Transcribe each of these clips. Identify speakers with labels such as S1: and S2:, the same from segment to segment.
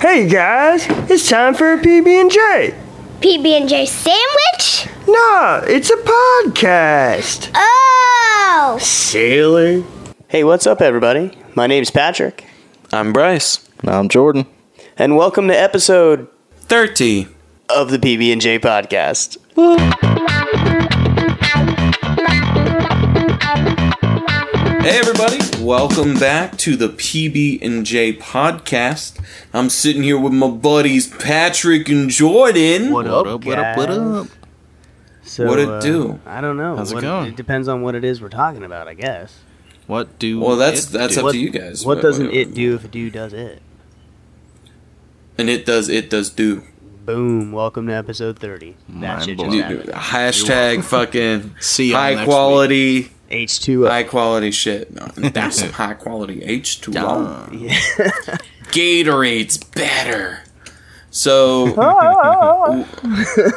S1: Hey guys, it's time for a PB&J.
S2: PB&J sandwich?
S1: Nah, it's a podcast.
S2: Oh!
S1: Silly.
S3: Hey, what's up, everybody? My name's Patrick,
S4: I'm Bryce.
S5: I'm Jordan.
S3: and welcome to episode
S4: 30.
S3: of the PB and J podcast.
S4: Hey everybody, welcome back to the PB and J podcast. I'm sitting here with my buddies Patrick and Jordan.
S5: What
S6: Oh,
S5: up, what up, what up?
S6: So,
S4: What it
S6: uh,
S4: do?
S6: I don't know.
S5: How's it
S6: What-
S5: going?
S6: It depends on what it is we're talking about, I guess.
S5: What do
S4: Well, that's
S5: it
S4: that's
S5: do?
S4: up
S6: What-
S4: to you guys.
S6: What
S4: but
S6: doesn't
S4: whatever.
S6: it do if a dude does it?
S4: And it does it does do.
S6: Boom! Welcome to episode thirty. That
S5: Mind
S6: shit
S5: blown.
S6: just
S4: Dude,
S6: happened.
S4: hashtag fucking
S5: See y'all
S4: high
S5: next
S4: quality
S6: H two
S4: high quality shit. No, that's some high quality H two O.
S6: Yeah.
S4: Gatorade's better. So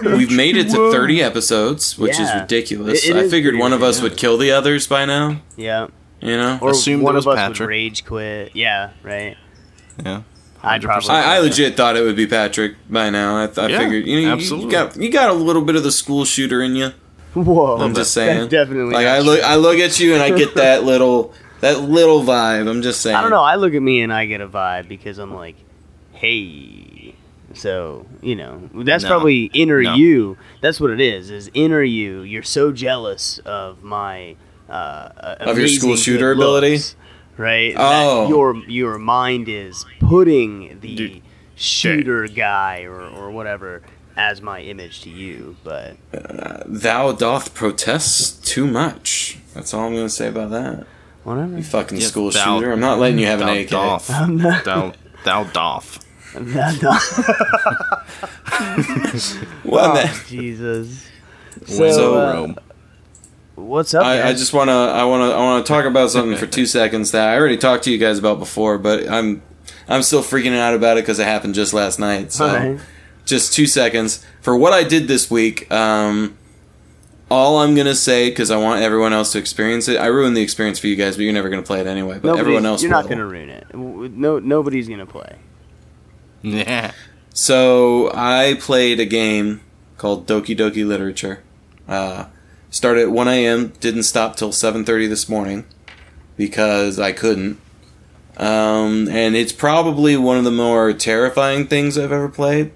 S4: we've made it to thirty episodes, which is
S6: Yeah.
S4: ridiculous.
S6: It- it
S4: I
S6: is
S4: figured one of
S6: ridiculous,
S4: us would kill the others by now.
S6: Yeah.
S4: You know,
S6: Or
S5: Assumed it
S6: one
S5: was
S6: of us
S5: Patrick.
S6: would rage quit. Yeah. Right.
S5: Yeah.
S6: I'd probably.
S4: I, I legit thought it would be Patrick by now. I, th- I
S5: Yeah,
S4: figured you know you- you,
S5: absolutely.
S4: got you got a little bit of the school shooter in you.
S6: Whoa!
S4: I'm just saying,
S6: That's definitely.
S4: Like
S6: not
S4: I look,
S6: true.
S4: I look at you and I get that little that little vibe. I'm just saying.
S6: I don't know. I look at me and I get a vibe because I'm like, hey. So you know that's
S5: No.
S6: probably inner
S5: No.
S6: you. That's what it is. Is inner you. You're so jealous of my uh, uh,
S4: Of your school
S6: amazing
S4: shooter
S6: good looks,
S4: ability?
S6: right?
S4: Oh.
S6: that your your mind is putting the
S5: Dude.
S6: shooter guy or, or whatever as my image to you. But
S4: Thou doth protest too much. That's all I'm gonna say about that.
S6: whatever.
S4: You fucking
S5: Yeah,
S4: school
S5: thou-
S4: shooter. I'm not letting you have an
S5: thou
S4: AK.
S5: doff.
S6: I'm not-
S5: thou, thou doff.
S4: Well, then-
S6: oh, Jesus.
S5: So,
S4: So, uh,
S5: Rome.
S6: What's up?
S4: I, I
S6: guys?
S4: just wanna I wanna I wanna talk about something for two seconds that I already talked to you guys about before, but I'm I'm still freaking out about it because it happened just last night. So
S6: All right.
S4: just two seconds for what I did this week. Um, all I'm gonna say because I want everyone else to experience it. I ruined the experience for you guys, but you're never gonna play it anyway. But
S6: Nobody's-
S4: everyone else,
S6: You're
S4: will.
S6: not gonna ruin it. W- No, nobody's gonna play.
S5: Yeah.
S4: So I played a game called Doki Doki Literature. Uh, started at 1 a.m. Didn't stop till 7:30 this morning because I couldn't. Um, and it's probably one of the more terrifying things I've ever played.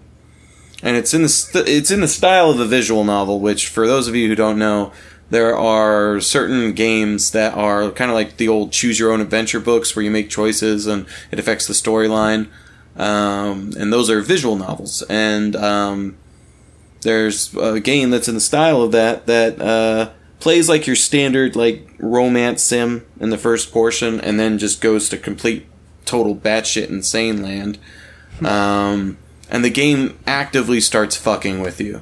S4: And it's in the st- it's in the style of a visual novel, which for those of you who don't know, there are certain games that are kind of like the old choose your own adventure books where you make choices and it affects the storyline um, and those are visual novels. And um, there's a game that's in the style of that that uh, plays like your standard like romance sim in the first portion, and then just goes to complete total batshit insane land. Um, and the game actively starts fucking with you,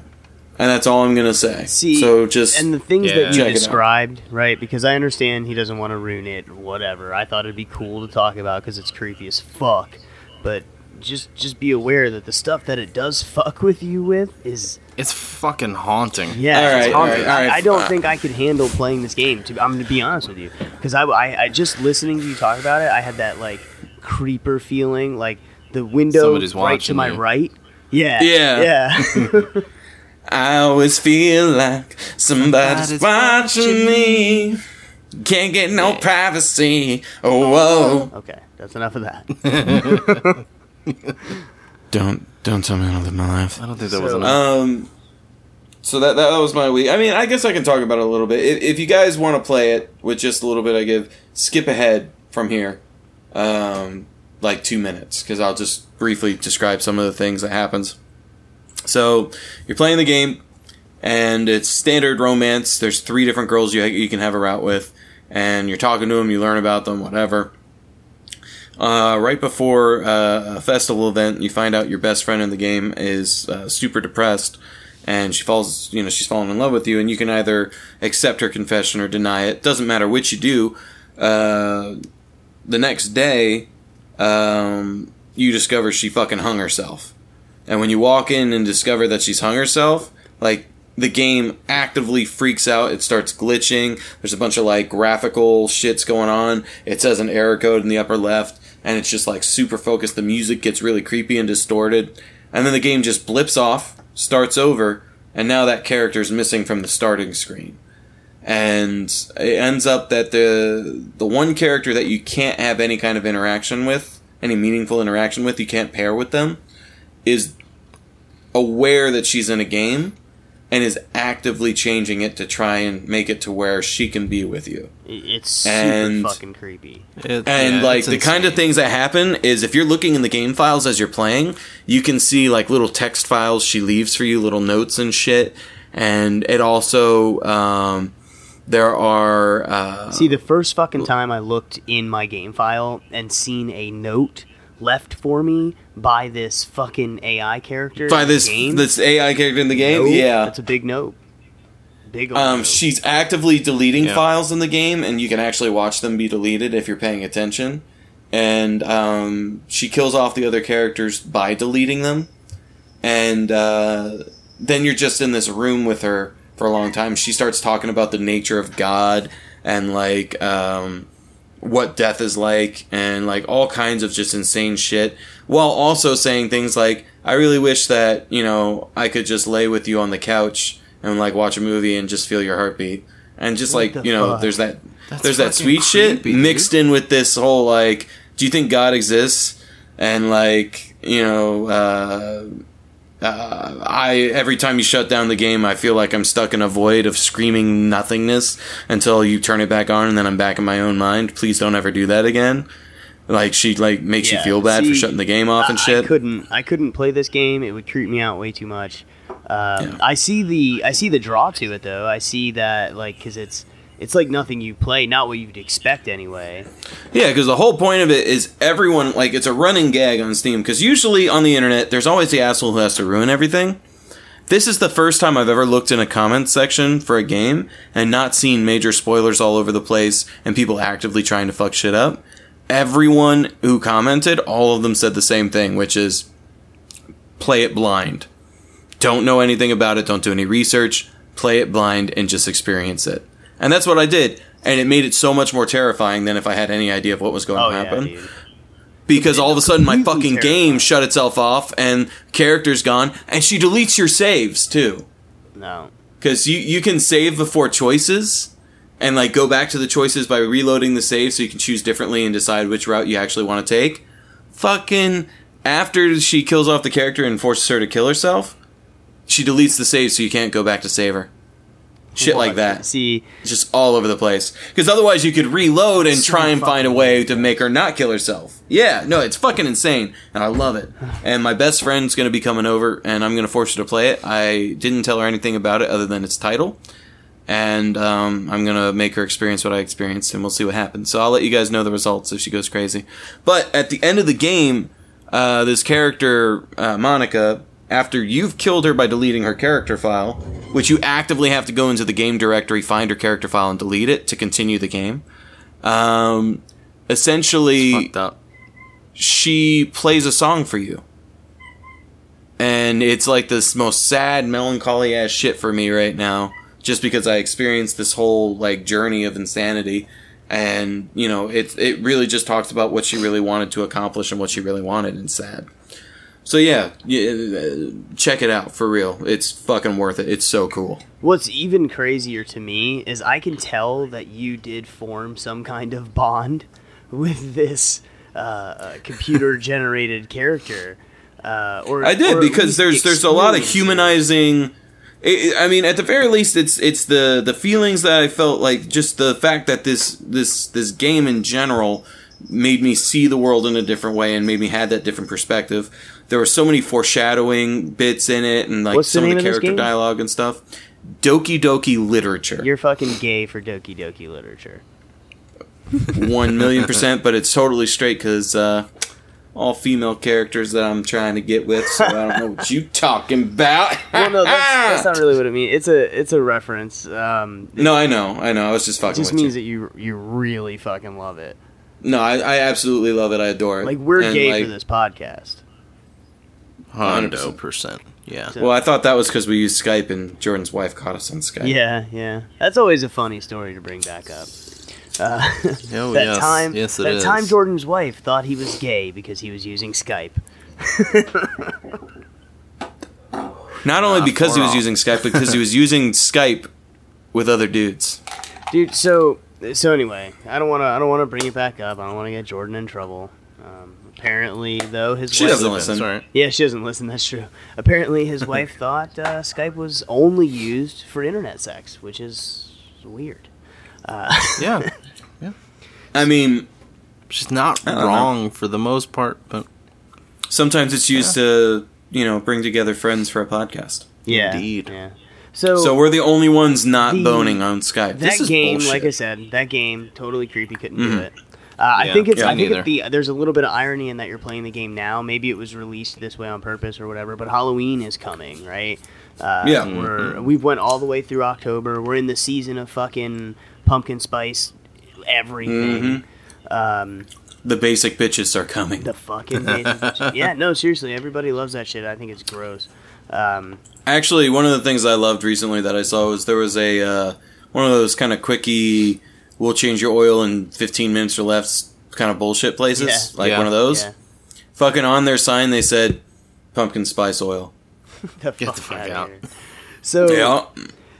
S4: and that's all I'm gonna say.
S6: See,
S4: so just
S6: and the things
S5: Yeah.
S6: that you
S4: Check it out.
S6: described, right? Because I understand he doesn't want to ruin it or whatever. I thought it'd be cool to talk about because it's creepy as fuck. But just just be aware that the stuff that it does fuck with you with is
S5: It's fucking haunting.
S6: yeah.
S4: All
S6: it's haunting.
S4: right, all right, all right.
S6: I, I don't
S4: Uh,
S6: think I could handle playing this game. To, I'm gonna be honest with you, because I, I I just listening to you talk about it, I had that like creeper feeling, like the window
S5: Somebody's
S6: right to
S5: watching
S6: my
S5: you.
S6: right. Yeah.
S4: Yeah.
S6: Yeah.
S4: I always feel like somebody's
S5: Somebody's
S4: watching me. Can't get no privacy. Oh, whoa.
S6: okay. That's enough of that.
S4: Don't don't tell me I don't live my life.
S5: I don't think that was
S6: So-
S5: enough.
S4: Um, so that that was my week. I mean, I guess I can talk about it a little bit. If, if you guys want to play it with just a little bit, I give skip ahead from here, um, like two minutes, because I'll just briefly describe some of the things that happens. So you're playing the game, and it's standard romance. There's three different girls you you can have a route with, and you're talking to them. You learn about them, whatever uh, right before uh, a festival event, you find out your best friend in the game is uh, super depressed, and she falls, you know, she's fallen in love with you, and you can either accept her confession or deny it. Doesn't matter which you do. Uh, the next day, um, you discover she fucking hung herself. And when you walk in and discover that she's hung herself, like the game actively freaks out. It starts glitching. There's a bunch of like graphical shits going on. It says an error code in the upper left. and it's just like super focused. The music gets really creepy and distorted, and then the game just blips off, starts over, and now that character's missing from the starting screen. And it ends up that the the one character that you can't have any kind of interaction with, any meaningful interaction with, you can't pair with them, is aware that she's in a game and is actively changing it to try and make it to where she can be with you.
S6: It's super
S4: And-
S6: fucking creepy.
S5: It-
S4: uh, And
S5: yeah,
S4: like
S5: it's
S4: the kind of
S5: insane.
S4: things that happen is if you're looking in the game files as you're playing, you can see like little text files she leaves for you, little notes and shit. And it also um, there are uh,
S6: See, the first fucking time I looked in my game file and seen a note left for me by this fucking AI character
S4: by
S6: in the
S4: this
S6: game,
S4: this AI character in the game.
S6: nope,
S4: yeah,
S6: that's a big note. Big old
S4: Um,
S6: note.
S4: she's actively deleting
S5: Yeah.
S4: files in the game, and you can actually watch them be deleted if you're paying attention. And um, she kills off the other characters by deleting them. And uh, then you're just in this room with her for a long time. She starts talking about the nature of God and like um, what death is like and like all kinds of just insane shit while also saying things like i really wish that you know i could just lay with you on the couch and like watch a movie and just feel your heartbeat and just
S6: What
S4: like
S6: the
S4: you know
S6: fuck?
S4: there's that there's that
S5: fucking
S4: sweet shit
S5: creepy, dude.
S4: mixed in with this whole like do you think god exists and like you know uh uh, I every time you shut down the game, I feel like I'm stuck in a void of screaming nothingness until you turn it back on, and then I'm back in my own mind. Please don't ever do that again. Like she like makes you
S6: Yeah,
S4: feel bad for
S6: see,
S4: shutting the game off and
S6: I-
S4: shit.
S6: I couldn't. I couldn't play this game. It would creep me out way too much. Um,
S4: Yeah.
S6: I see the. I see the draw to it though. I see that like because it's. It's like nothing you play, not what you'd expect anyway.
S4: Yeah, because the whole point of it is everyone like it's a running gag on Steam. Because usually on the internet, there's always the asshole who has to ruin everything. This is the first time I've ever looked in a comment section for a game and not seen major spoilers all over the place and people actively trying to fuck shit up. Everyone who commented, all of them said the same thing, which is play it blind. Don't know anything about it, don't do any research, play it blind and just experience it. And that's what I did. And it made it so much more terrifying than if I had any idea of what was going
S6: Oh
S4: to
S6: yeah,
S4: happen
S6: dude.
S4: because all of a sudden my
S6: Completely
S4: fucking
S6: terrifying.
S4: game shut itself off and character's gone and she deletes your saves too
S6: No,
S4: because you, you can save before choices and like go back to the choices by reloading the save so you can choose differently and decide which route you actually want to take fucking after she kills off the character and forces her to kill herself she deletes the save so you can't go back to save her shit like
S6: What?
S4: that
S6: See,
S4: just all over the place. Because otherwise, you could reload and try and find a way to make her not kill herself. Yeah, no, it's fucking insane, and I love it. And my best friend's gonna be coming over, and I'm gonna force her to play it. I didn't tell her anything about it other than its title, and um, I'm gonna make her experience what I experienced, and we'll see what happens. So I'll let you guys know the results if she goes crazy. But at the end of the game, uh, this character uh, Monica, after you've killed her by deleting her character file, which you actively have to go into the game directory, find her character file, and delete it to continue the game. Um, essentially,
S5: fucked up.
S4: she plays a song for you. And it's like this most sad, melancholy ass shit for me right now, just because I experienced this whole like journey of insanity. And, you know, it, it really just talks about what she really wanted to accomplish and what she really wanted and sad. So yeah, y- uh, check it out for real. It's fucking worth it. It's so cool.
S6: What's even crazier to me is I can tell that you did form some kind of bond with this uh, uh, computer-generated character. Uh, or
S4: I did
S6: or at
S4: because
S6: least
S4: there's there's a lot of
S6: experience it.
S4: humanizing. It, I mean, at the very least, it's it's the the feelings that I felt like just the fact that this this this game in general made me see the world in a different way and made me had that different perspective. There were so many foreshadowing bits in it and like
S6: What's the
S4: some of
S6: name
S4: the
S6: of this
S4: character
S6: game?
S4: dialogue and stuff. Doki Doki Literature.
S6: You're fucking gay for Doki Doki literature.
S4: one million percent, but it's totally straight because uh, all female characters that I'm trying to get with, so I don't know what you talking about.
S6: Well, no,
S4: ah!
S6: that's, that's not really what it means. It's a it's a reference. Um, it
S4: No, I know, I know. I was just fucking
S6: just
S4: with
S6: means
S4: you.
S6: that you you really fucking love it.
S4: No, I, I absolutely love it. I adore it.
S6: Like we're
S4: And,
S6: gay
S4: like-
S6: for this podcast.
S5: Hundo percent. Yeah.
S4: Well, I thought that was because we used Skype and Jordan's wife caught us on Skype.
S6: Yeah, yeah. That's always a funny story to bring back up. Uh,
S5: Oh,
S6: that
S5: yes.
S6: time,
S5: Yes, it
S6: that
S5: is.
S6: time Jordan's wife thought he was gay because he was using Skype.
S4: Not only because he
S5: far
S4: was
S5: off.
S4: using Skype, but because he was using Skype with other dudes.
S6: Dude, so so anyway, I don't want to I don't want to bring it back up. I don't want to get Jordan in trouble. Um, apparently, though, his
S4: She
S6: wife
S4: doesn't
S5: That's
S4: listen.
S5: all right.
S6: Yeah, she doesn't listen. That's true. Apparently, his wife thought uh, Skype was only used for internet sex, which is weird.
S5: Yeah.
S4: I mean,
S5: She's not
S4: don't know.
S5: wrong for the most part, but
S4: sometimes it's used to, you know, bring together friends for a podcast.
S6: Yeah,
S5: Indeed.
S6: Yeah. So,
S4: So we're the only ones not
S6: The-
S4: boning on Skype.
S6: that
S4: This is
S6: game,
S4: bullshit.
S6: like I said, that game totally creepy. Couldn't do
S4: Mhm.
S6: it. Uh, I
S5: Mm-hmm. Yeah,
S6: think it's. I
S5: yeah,
S6: think it,
S5: neither.
S6: the, there's a little bit of irony in that you're playing the game now. Maybe it was released this way on purpose or whatever. But Halloween is coming, right? Uh,
S4: Yeah.
S6: we're,
S4: Mm-hmm.
S6: we've went all the way through October. We're in the season of fucking pumpkin spice, everything.
S5: Mm-hmm.
S6: Um,
S4: the basic bitches are coming.
S6: The fucking amazing- yeah, no, seriously, everybody loves that shit. I think it's gross. Um,
S4: Actually, one of the things I loved recently that I saw was there was a uh, one of those kind of quickie, we'll change your oil in 15 minutes or less kind of bullshit places,
S6: Yeah.
S4: like
S5: Yeah.
S4: one of those.
S6: yeah,
S4: Fucking on their sign, they said pumpkin spice oil.
S6: the
S5: Get
S6: fuck
S5: the fuck
S6: outta
S5: out.
S6: here. So,
S4: Yeah,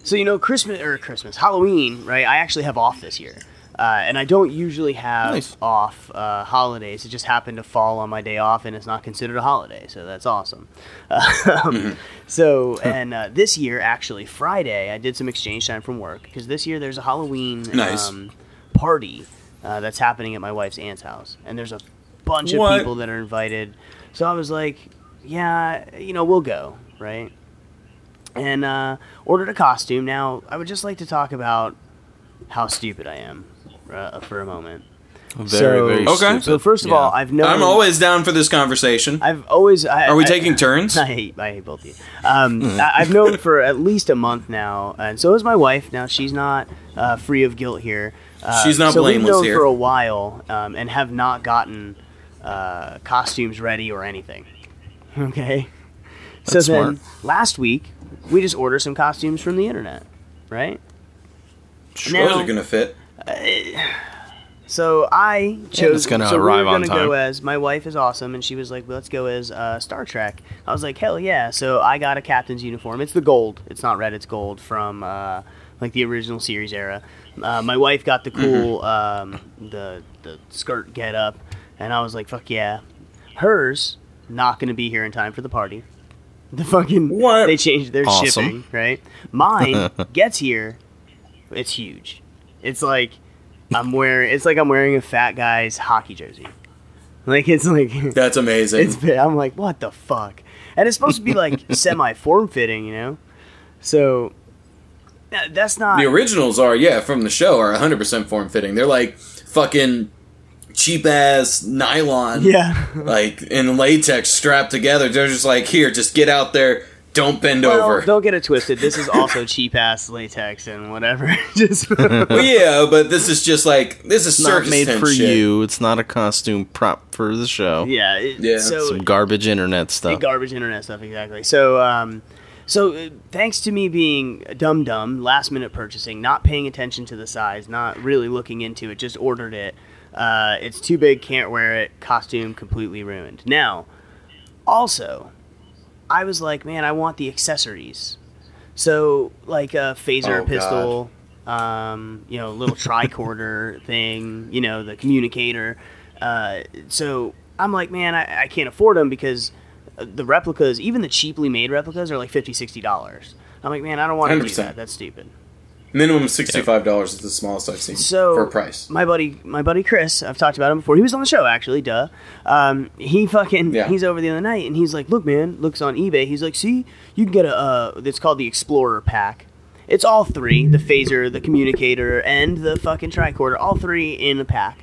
S6: so you know, Christmas or Christmas, Halloween, right? I actually have off this year, uh, and I don't usually have
S5: Nice.
S6: off uh, holidays. It just happened to fall on my day off, and it's not considered a holiday, so that's awesome. Um, so, and uh, this year, actually, Friday, I did some exchange time from work because this year there's a Halloween
S4: Nice.
S6: um, party uh, that's happening at my wife's aunt's house, and there's a bunch
S4: What?
S6: of people that are invited. So I was like, yeah, you know, we'll go, right? And uh, ordered a costume. Now, I would just like to talk about how stupid I am uh, for a moment.
S5: very,
S6: So-
S5: very
S4: Okay.
S5: stupid.
S6: So first of
S5: Yeah.
S6: all, I've known
S4: I'm always down for this conversation.
S6: I've always. I,
S4: Are we
S6: I-
S4: taking turns?
S6: I hate, I hate both of you. Um, I, I've known for at least a month now, and so is my wife. Now she's not uh, free of guilt here. Uh,
S4: She's not
S6: so
S4: blameless
S6: we've known
S4: here.
S6: for a while, um, and have not gotten uh, costumes ready or anything. Okay. so
S5: That's
S6: then
S5: smart.
S6: last week we just ordered some costumes from the internet, right?
S4: Those
S6: now-
S4: are gonna fit.
S6: So I chose.
S5: it's gonna
S6: so we
S5: arrive
S6: were
S5: on
S6: gonna go
S5: time.
S6: as my wife is awesome, and she was like, "Let's go as uh, Star Trek." I was like, "Hell yeah!" So I got a captain's uniform. It's the gold. It's not red. It's gold from uh, like the original series era. Uh, my wife got the
S5: Mm-hmm.
S6: cool um, the the skirt get up, and I was like, "Fuck yeah!" Hers not gonna be here in time for the party. The fucking
S4: What?
S6: they changed their
S5: Awesome.
S6: shipping, right? Mine gets here. It's huge. It's like I'm wearing. It's like I'm wearing a fat guy's hockey jersey. Like it's like
S4: That's amazing.
S6: it's. big. I'm like, what the fuck? And it's supposed to be like semi form fitting, you know. So that- that's not.
S4: the originals are, yeah, from the show are 100% form fitting. They're like fucking cheap ass nylon,
S6: yeah.
S4: like in latex strapped together. They're just like, here, just get out there, don't bend
S6: Well,
S4: over.
S6: don't get it twisted. This is also cheap ass latex and whatever. Just
S4: Well, yeah, but this is just like this is
S5: it's not
S4: circus
S5: made
S4: tent
S5: for
S4: shit.
S5: you. It's not a costume prop for the show.
S6: yeah. it-
S4: Yeah.
S6: So
S5: Some garbage internet
S6: The
S5: stuff.
S6: garbage internet stuff, exactly. So, um, so uh, thanks to me being dumb, dumb, last minute purchasing, not paying attention to the size, not really looking into it, just ordered it. Uh, it's too big, can't wear it. Costume completely ruined. Now, also, I was like, man, I want the accessories. So, like a phaser
S4: Oh,
S6: pistol, um, you know, little tricorder thing, you know, the communicator. Uh, so I'm like, man, I, I can't afford them because the replicas, even the cheaply made replicas, are like 50 dollars. I'm like, man, I don't want to do
S4: 100%.
S6: that. That's stupid.
S4: Minimum $65 is the smallest I've seen
S6: So
S4: for a price.
S6: My buddy, my buddy Chris, I've talked about him before. He was on the show actually. Duh. Um, he fucking
S4: Yeah.
S6: he's over the other night and he's like, look, man, looks on eBay. He's like, see, you can get a. Uh, it's called the Explorer pack. It's all three: the phaser, the communicator, and the fucking tricorder. All three in a pack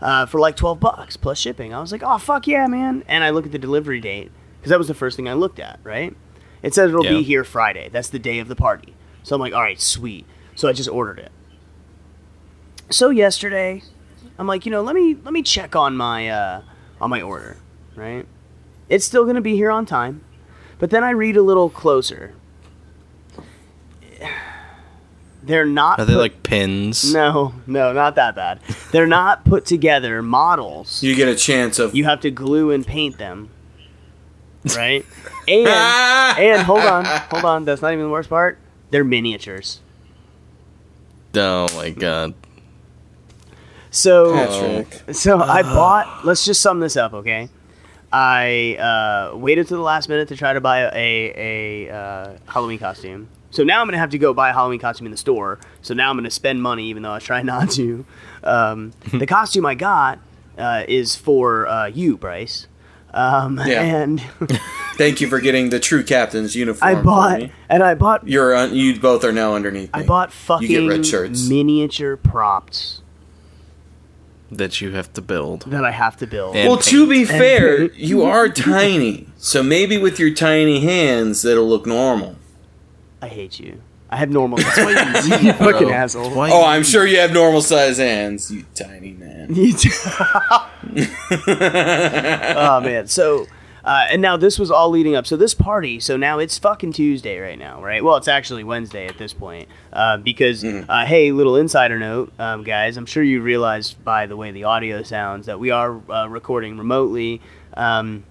S6: uh, for like 12 bucks plus shipping. I was like, oh, fuck yeah, man. And I look at the delivery date because that was the first thing I looked at, right? It says it'll
S5: Yeah.
S6: be here Friday. That's the day of the party. So I'm like, all right, sweet. So I just ordered it. So yesterday, I'm like, you know, let me let me check on my uh, on my order, right? It's still gonna be here on time, but then I read a little closer. They're not.
S5: Are they
S6: put-
S5: like pins?
S6: No, no, not that bad. They're not put together models.
S4: You get a chance of.
S6: You have to glue and paint them. Right? And
S4: Ah!
S6: and hold on, hold on, that's not even the worst part. They're miniatures.
S5: Oh my god.
S4: Oh.
S6: So
S4: Patrick.
S6: so I
S4: Uh-huh.
S6: bought let's just sum this up, okay? I uh, waited to the last minute to try to buy a, a uh, Halloween costume. So now I'm gonna have to go buy a Halloween costume in the store. So now I'm gonna spend money, even though I try not to. Um, the costume I got uh, is for uh, you, Bryce. Um,
S4: Yeah.
S6: And
S4: Thank you for getting the true captain's uniform.
S6: I
S4: for
S6: bought
S4: me.
S6: and I bought
S4: You're un- you both are now underneath.
S6: I
S4: me.
S6: bought
S4: You get
S6: fucking
S4: red shirts.
S6: miniature props
S5: That you have to build.
S6: that I have to build.
S5: And
S4: Well, to be
S6: paint.
S4: fair, you are tiny, so maybe with your tiny hands, it'll look normal.
S6: I hate you. I have normal. That's why you you fucking asshole.
S5: Why
S4: Oh, I'm sure you have normal size hands, you tiny man.
S6: You do- oh man. So uh, and now this was all leading up. So this party. So now it's fucking Tuesday right now, right? Well, it's actually Wednesday at this point uh, because
S4: Mm-hmm.
S6: uh, hey, little insider note, um, guys. I'm sure you realized by the way the audio sounds that we are uh, recording remotely. Um,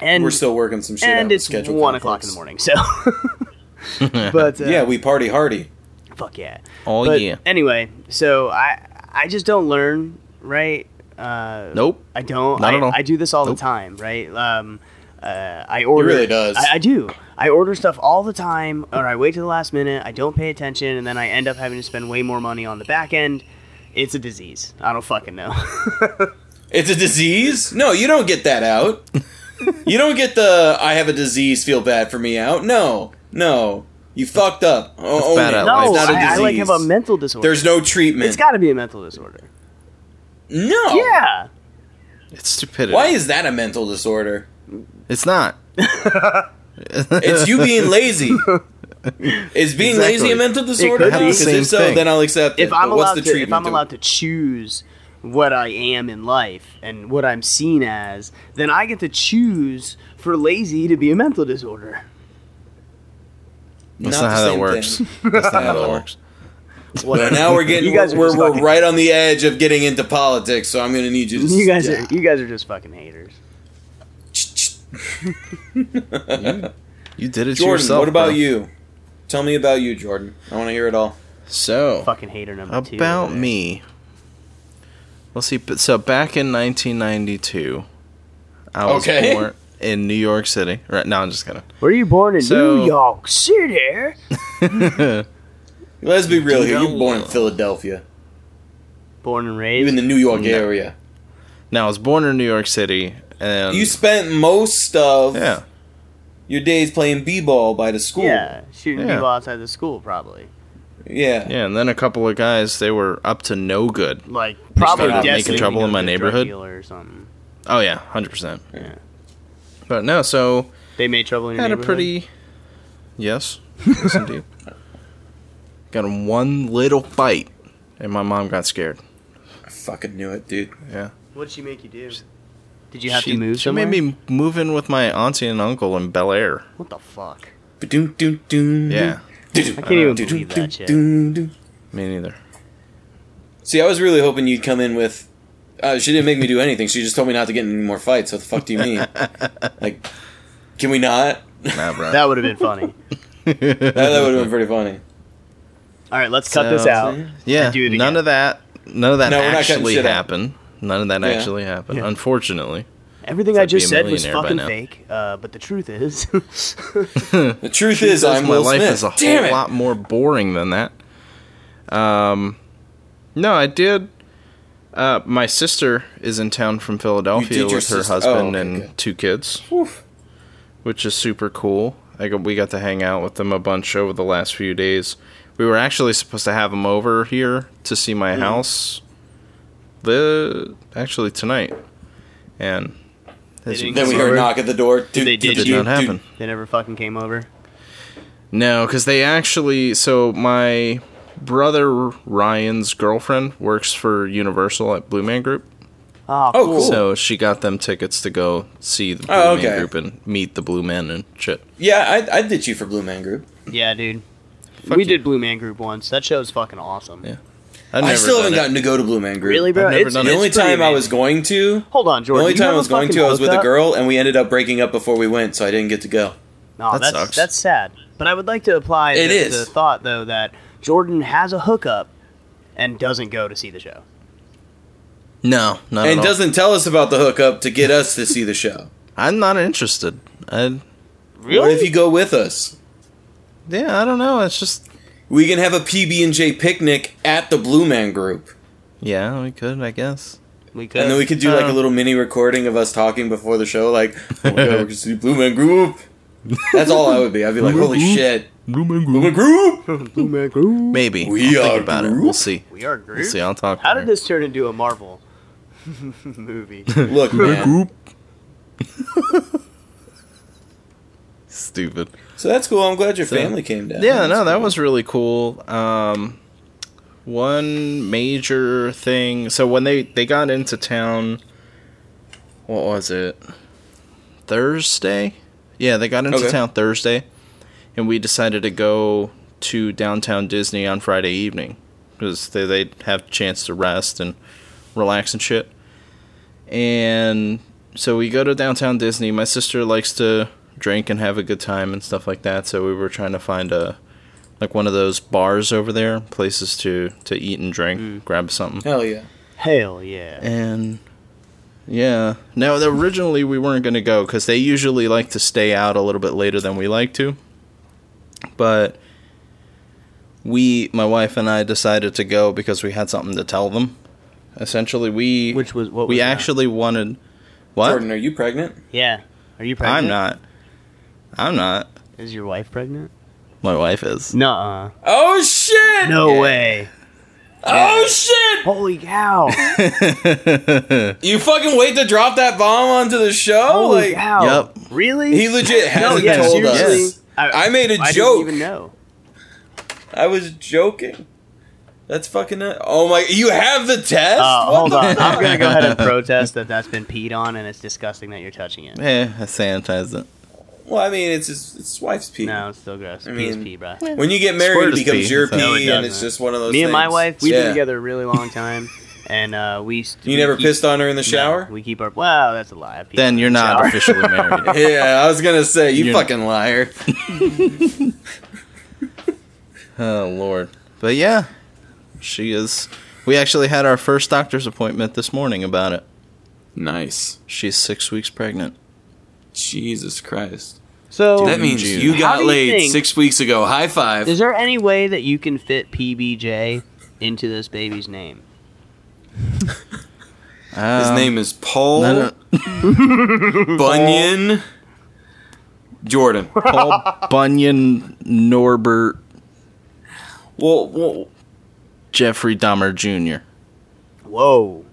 S6: and
S4: We're still working some shit out
S6: and
S4: with
S6: it's
S4: schedule
S6: one o'clock in the morning. So, but uh,
S4: conflicts. Yeah, we party hardy.
S6: fuck yeah.
S5: Oh
S6: but
S5: yeah.
S6: Anyway, so I I just don't learn right. Uh,
S5: Nope.
S6: I don't.
S5: Not
S6: I,
S5: at all.
S6: I do this all
S5: Nope.
S6: the time, right? Um, uh, I order.
S4: really does.
S6: I, I do. I order stuff all the time, or I wait to the last minute. I don't pay attention, and then I end up having to spend way more money on the back end. It's a disease. I don't fucking know.
S4: It's a disease? No, you don't get that out. you don't get the I have a disease, feel bad for me out. No, no. You fucked up. O- own
S5: bad
S4: it.
S5: out
S6: no,
S5: loud.
S4: It's not a
S6: I, I, like
S4: disease.
S6: have a mental disorder.
S4: There's Oh. no treatment.
S6: it's got to be a mental disorder.
S4: no.
S6: Yeah.
S5: It's stupidity.
S4: Why is that a mental disorder?
S5: It's not.
S4: It's you being lazy. Is being lazy
S5: Exactly.
S4: a mental disorder?
S6: could be.
S4: Because
S5: Same
S4: if so,
S5: thing.
S4: then I'll accept it.
S6: if I'm
S4: But what's
S6: allowed
S4: the
S6: to, if
S4: treatment
S6: I'm
S4: to-
S6: allowed to choose what I am in life and what I'm seen as, then I get to choose for lazy to be a mental disorder.
S5: That's
S4: Not
S5: not,
S4: the
S5: how that
S4: same
S5: works.
S4: thing.
S5: That's not how
S4: At
S5: that
S4: all.
S5: works.
S4: But now we're getting
S6: You guys are
S4: we're,
S6: just
S4: we're
S6: fucking-
S4: right on the edge of getting into politics, so I'm going to need you to
S6: You guys
S4: stop.
S6: are you guys are just fucking haters.
S5: You did it to
S4: Jordan,
S5: yourself.
S4: what about
S5: bro.
S4: you? Tell me about you, Jordan. I want to hear it all.
S5: So
S6: Fucking hater number two.
S5: about
S6: over there.
S5: me. Let's see. But so back in 1992, I was
S4: Okay.
S5: born in New York City. Right? No, I'm just kidding.
S6: Were you born in
S5: So-
S6: New York City?
S4: Let's be real here. You
S5: know-
S4: were born in Philadelphia.
S6: Born and
S4: You
S6: raised.
S4: in the New York area.
S5: Now I was born in New York City, and
S4: You spent most of
S5: yeah,
S4: your days playing b-ball by the school.
S6: yeah, shooting
S5: Yeah.
S6: people outside the school probably.
S4: Yeah.
S5: yeah. And then a couple of guys, they were up to no good.
S6: Like probably
S4: started out making
S6: destined to
S5: trouble in
S6: go
S5: my
S6: to a drug
S5: neighborhood.
S6: dealer or something.
S5: Oh yeah, hundred percent.
S6: Yeah.
S5: But no, so
S6: They made trouble in your
S5: had a
S6: neighborhood?
S5: pretty yes, yes indeed. Got in one little fight, and my mom got scared.
S4: I fucking knew it, dude.
S5: Yeah,
S6: What did she make you do? Did you have
S5: she,
S6: to move
S5: She
S6: somewhere?
S5: made me move in with my auntie and uncle in Bel Air.
S6: What the fuck?
S4: Ba-doom, doom, doom,
S5: Yeah,
S4: doom.
S6: I can't even
S4: Doom,
S6: believe
S4: doom,
S6: that shit.
S4: doom, doom.
S5: me neither.
S4: See, I was really hoping you'd come in with. Uh, she didn't make me do anything. She just told me not to get in any more fights. What the fuck do you mean? like, can we not?
S5: Nah, bro.
S6: That would have been funny.
S4: That, that would have been pretty funny.
S6: All right, let's cut this
S5: So-
S6: out.
S5: yeah,
S6: and do it again.
S5: none of that. None of that
S4: No, we're not cutting
S5: actually
S4: shit out.
S5: happened. None of that
S4: Yeah.
S5: actually happened.
S6: Yeah.
S5: Unfortunately,
S6: Everything
S5: It's
S6: I
S5: like
S6: just
S5: being a
S6: said was
S5: millionaire by
S6: fucking
S5: now.
S6: fake, uh, but the truth is,
S4: The truth is,
S5: Because
S4: I'm
S5: my
S4: Will
S5: life
S4: Smith.
S5: is a
S4: Damn
S5: whole
S4: it!
S5: lot more boring than that. Um, no, I did. Uh, my sister is in town from
S4: You
S5: Philadelphia
S4: did your
S5: with her
S4: sister-
S5: husband
S4: oh, okay,
S5: and
S4: good.
S5: two kids, which is super cool. I got, we got to hang out with them a bunch over the last few days. We were actually supposed to have them over here to see
S4: Mm.
S5: my house. The actually tonight, and as
S6: didn't
S5: you
S4: Then
S5: can
S4: we
S5: see,
S4: heard a knock at the door. Dude,
S6: They did
S5: it did
S6: you-
S5: not happen.
S6: they never fucking came over.
S5: No, because they actually. So my brother Ryan's girlfriend works for Universal at Blue Man Group.
S6: Oh,
S4: Oh,
S6: cool.
S4: cool.
S5: So she got them tickets to go see the Blue
S4: Oh, okay.
S5: Man Group and meet the Blue Men and shit.
S4: Yeah, I, I ditch you for Blue Man Group.
S6: Yeah, dude.
S5: Fuck
S6: we
S5: you.
S6: did Blue Man Group once. That show's fucking awesome.
S5: Yeah.
S4: i
S5: I've never
S4: still
S5: done
S4: haven't
S5: it.
S4: gotten to go to Blue Man Group.
S6: Really, bro?
S5: never
S6: It's-
S5: done
S4: The
S6: it's
S5: it.
S4: only
S6: pretty
S4: time I was
S6: amazing.
S4: going to,
S6: Hold on,
S4: the
S6: Jordan.
S4: only
S6: do you
S4: time
S6: have
S4: I
S6: a
S4: was going
S6: fucking
S4: to, I was with a
S6: hookah?
S4: girl, and we ended up breaking up before we went, so I didn't get to go.
S6: No,
S5: That
S6: that's
S5: sucks.
S6: that's sad. But I would like to apply
S4: It
S6: the,
S4: is.
S6: the thought though that Jordan has a hookup and doesn't go to see the show.
S5: No, not
S4: And
S5: at all.
S4: doesn't tell us about the hookup to get us to see the show.
S5: I'm not interested. I,
S4: What if you go with us?
S5: yeah, I don't know. It's just
S4: We can have a PB and J picnic at the Blue Man Group,
S5: yeah, we could, I guess.
S6: We could.
S4: and then we could do like
S5: Uh.
S4: a little mini recording of us talking before the show, like, "Oh my god, we're gonna see Blue Man Group." That's all I would be. I'd be like, "Holy shit, Blue Man Group!"
S5: Maybe
S4: We
S5: I'll
S4: are
S5: think about it.
S4: group.
S5: We'll see.
S6: we are Groot.
S5: We'll see. I'll talk.
S6: How
S5: to
S6: did
S5: her.
S6: this turn into a Marvel movie?
S4: Look, man.
S5: Stupid.
S4: So that's cool. I'm glad your family came down.
S5: Yeah, no, that was really cool. Um, one major thing. So when they they got into town, what was it? Thursday. Yeah, they got into
S4: Okay.
S5: town Thursday, and we decided to go to downtown Disney on Friday evening because they they have a chance to rest and relax and shit. And so we go to downtown Disney. My sister likes to drink and have a good time and stuff like that. So we were trying to find a like one of those bars over there, places to to eat and drink,
S6: Mm.
S5: grab something.
S4: Hell yeah.
S6: Hell yeah.
S5: And yeah, now originally we weren't gonna go because they usually like to stay out a little bit later than we like to, but we, my wife and I, decided to go because we had something to tell them. Essentially, we
S6: Which was- what
S5: we
S6: was that?
S5: actually wanted. What?
S4: Jordan, are you pregnant?
S6: Yeah. Are you pregnant?
S5: I'm not. I'm not. Eh,
S6: Is your wife pregnant?
S5: My wife is.
S6: Nuh-uh.
S4: Oh shit!
S6: No way.
S4: Oh shit!
S6: Holy cow.
S4: You fucking wait to drop that bomb onto the show?
S6: Holy
S4: like
S6: cow.
S5: Yup.
S6: Really?
S4: he legit
S6: no,
S4: hasn't
S6: yeah,
S4: told
S6: seriously.
S4: us. I made a joke.
S6: didn't even know.
S4: I was joking. That's fucking. nut- oh my! You have the test?
S6: Uh,
S4: What
S6: hold
S4: the
S6: on. I'm
S4: fuck?
S6: going to go ahead and protest that that's been peed on and it's disgusting that you're touching it.
S5: Eh, I sanitize it.
S4: Well, I mean, it's his, it's his wife's pee.
S6: No, it's still gross. I
S4: mean-
S6: pee is pee, bruh.
S4: When you get married,
S5: Squirt
S4: it
S5: is
S4: becomes
S5: pee.
S4: your pee,
S5: No,
S6: it
S4: and
S6: doesn't.
S4: it's just one of those.
S6: Me and my
S4: things.
S6: wife, we've
S4: Yeah.
S6: been together a really long time, and uh, we. St-
S4: You
S6: we
S4: never
S6: keep-
S4: pissed on her in the shower?
S6: No, we keep our. Wow, that's a lie. I peed in
S5: Then
S6: the
S5: you're not
S6: shower.
S5: officially married.
S4: yeah, I was gonna say you
S5: You're-
S4: fucking liar.
S5: Oh lord. But yeah, she is. We actually had our first doctor's appointment this morning about it.
S4: Nice.
S5: She's six weeks pregnant.
S4: Jesus Christ.
S6: So
S4: That means
S5: Dude.
S4: you
S6: How
S4: got
S6: do you
S4: laid
S6: think-
S4: six weeks ago. High five.
S6: Is there any way that you can fit PBJ into this baby's name?
S4: His
S5: Um,
S4: name is Paul
S5: no,
S4: Bunyan Jordan.
S5: Paul Bunyan Norbert
S4: well, well,
S5: Jeffrey Dahmer Jr.
S6: Whoa!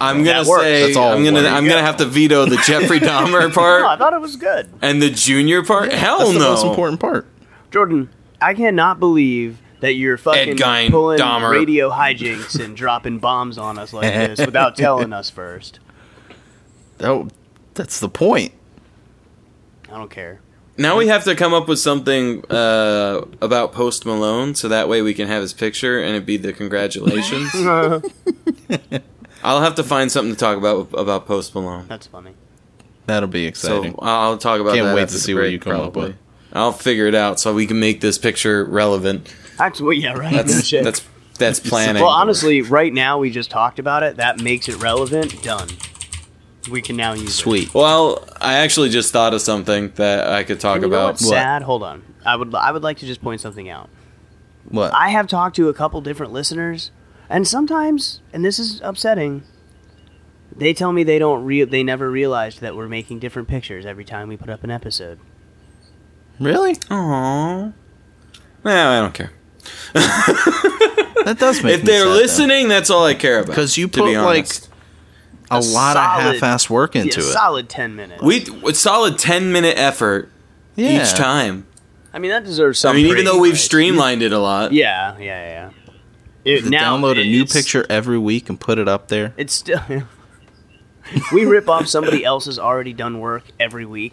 S4: I'm gonna
S6: That works.
S4: say
S5: That's all
S4: I'm gonna
S5: one.
S4: I'm gonna have to veto the Jeffrey Dahmer
S6: No, I
S4: part
S6: thought it was good.
S4: and the Junior part. Hell
S5: That's the
S4: Oh, no.
S5: most important part.
S6: Jordan, I cannot believe that you're fucking
S4: Ed Gein,
S6: pulling
S4: Dahmer.
S6: radio hijinks and dropping bombs on us like this without telling us first.
S5: Oh, that's the point.
S6: I don't care.
S4: Now we have to come up with something uh, about Post Malone, so that way we can have his picture and it'd be the congratulations. I'll have to find something to talk about about Post Malone.
S6: That's funny.
S5: That'll be
S4: So
S5: exciting.
S4: I'll talk about.
S5: Can't
S4: that
S5: wait
S4: after
S5: to
S4: the
S5: see what
S4: break,
S5: you come up
S4: probably.
S5: with.
S4: I'll figure it out so we can make this picture relevant.
S6: Actually, yeah, right. No
S4: That's
S6: shit.
S4: that's that's planning.
S6: well, honestly, right now we just talked about it. That makes it relevant. Done. We can now use it.
S5: Sweet.
S4: Well, I actually just thought of something that I could talk
S6: And you know
S4: about.
S6: what's sad? Hold on. I would I would like to just point something out.
S5: What?
S6: I have talked to a couple different listeners, and sometimes, and this is upsetting, they tell me they don't re- they never realized that we're making different pictures every time we put up an episode.
S5: really?
S4: Aww. No, I don't care.
S5: That does make
S4: If they're listening, that's all I care about.
S5: 'Cause you
S4: to
S5: put,
S4: be
S5: like,
S4: honest.
S5: a lot
S6: solid-
S5: of half-ass work into
S6: yeah,
S5: it.
S6: solid ten minutes.
S4: we it's solid ten minute effort
S5: yeah.
S4: each time.
S6: I mean, that deserves some.
S4: I mean, even
S6: praise,
S4: though we've
S6: right?
S4: streamlined it a lot,
S6: Yeah, yeah, yeah. It,
S5: To download a new
S6: it's-
S5: picture every week and put it up there.
S6: It's still. we rip off somebody else's already done work every week.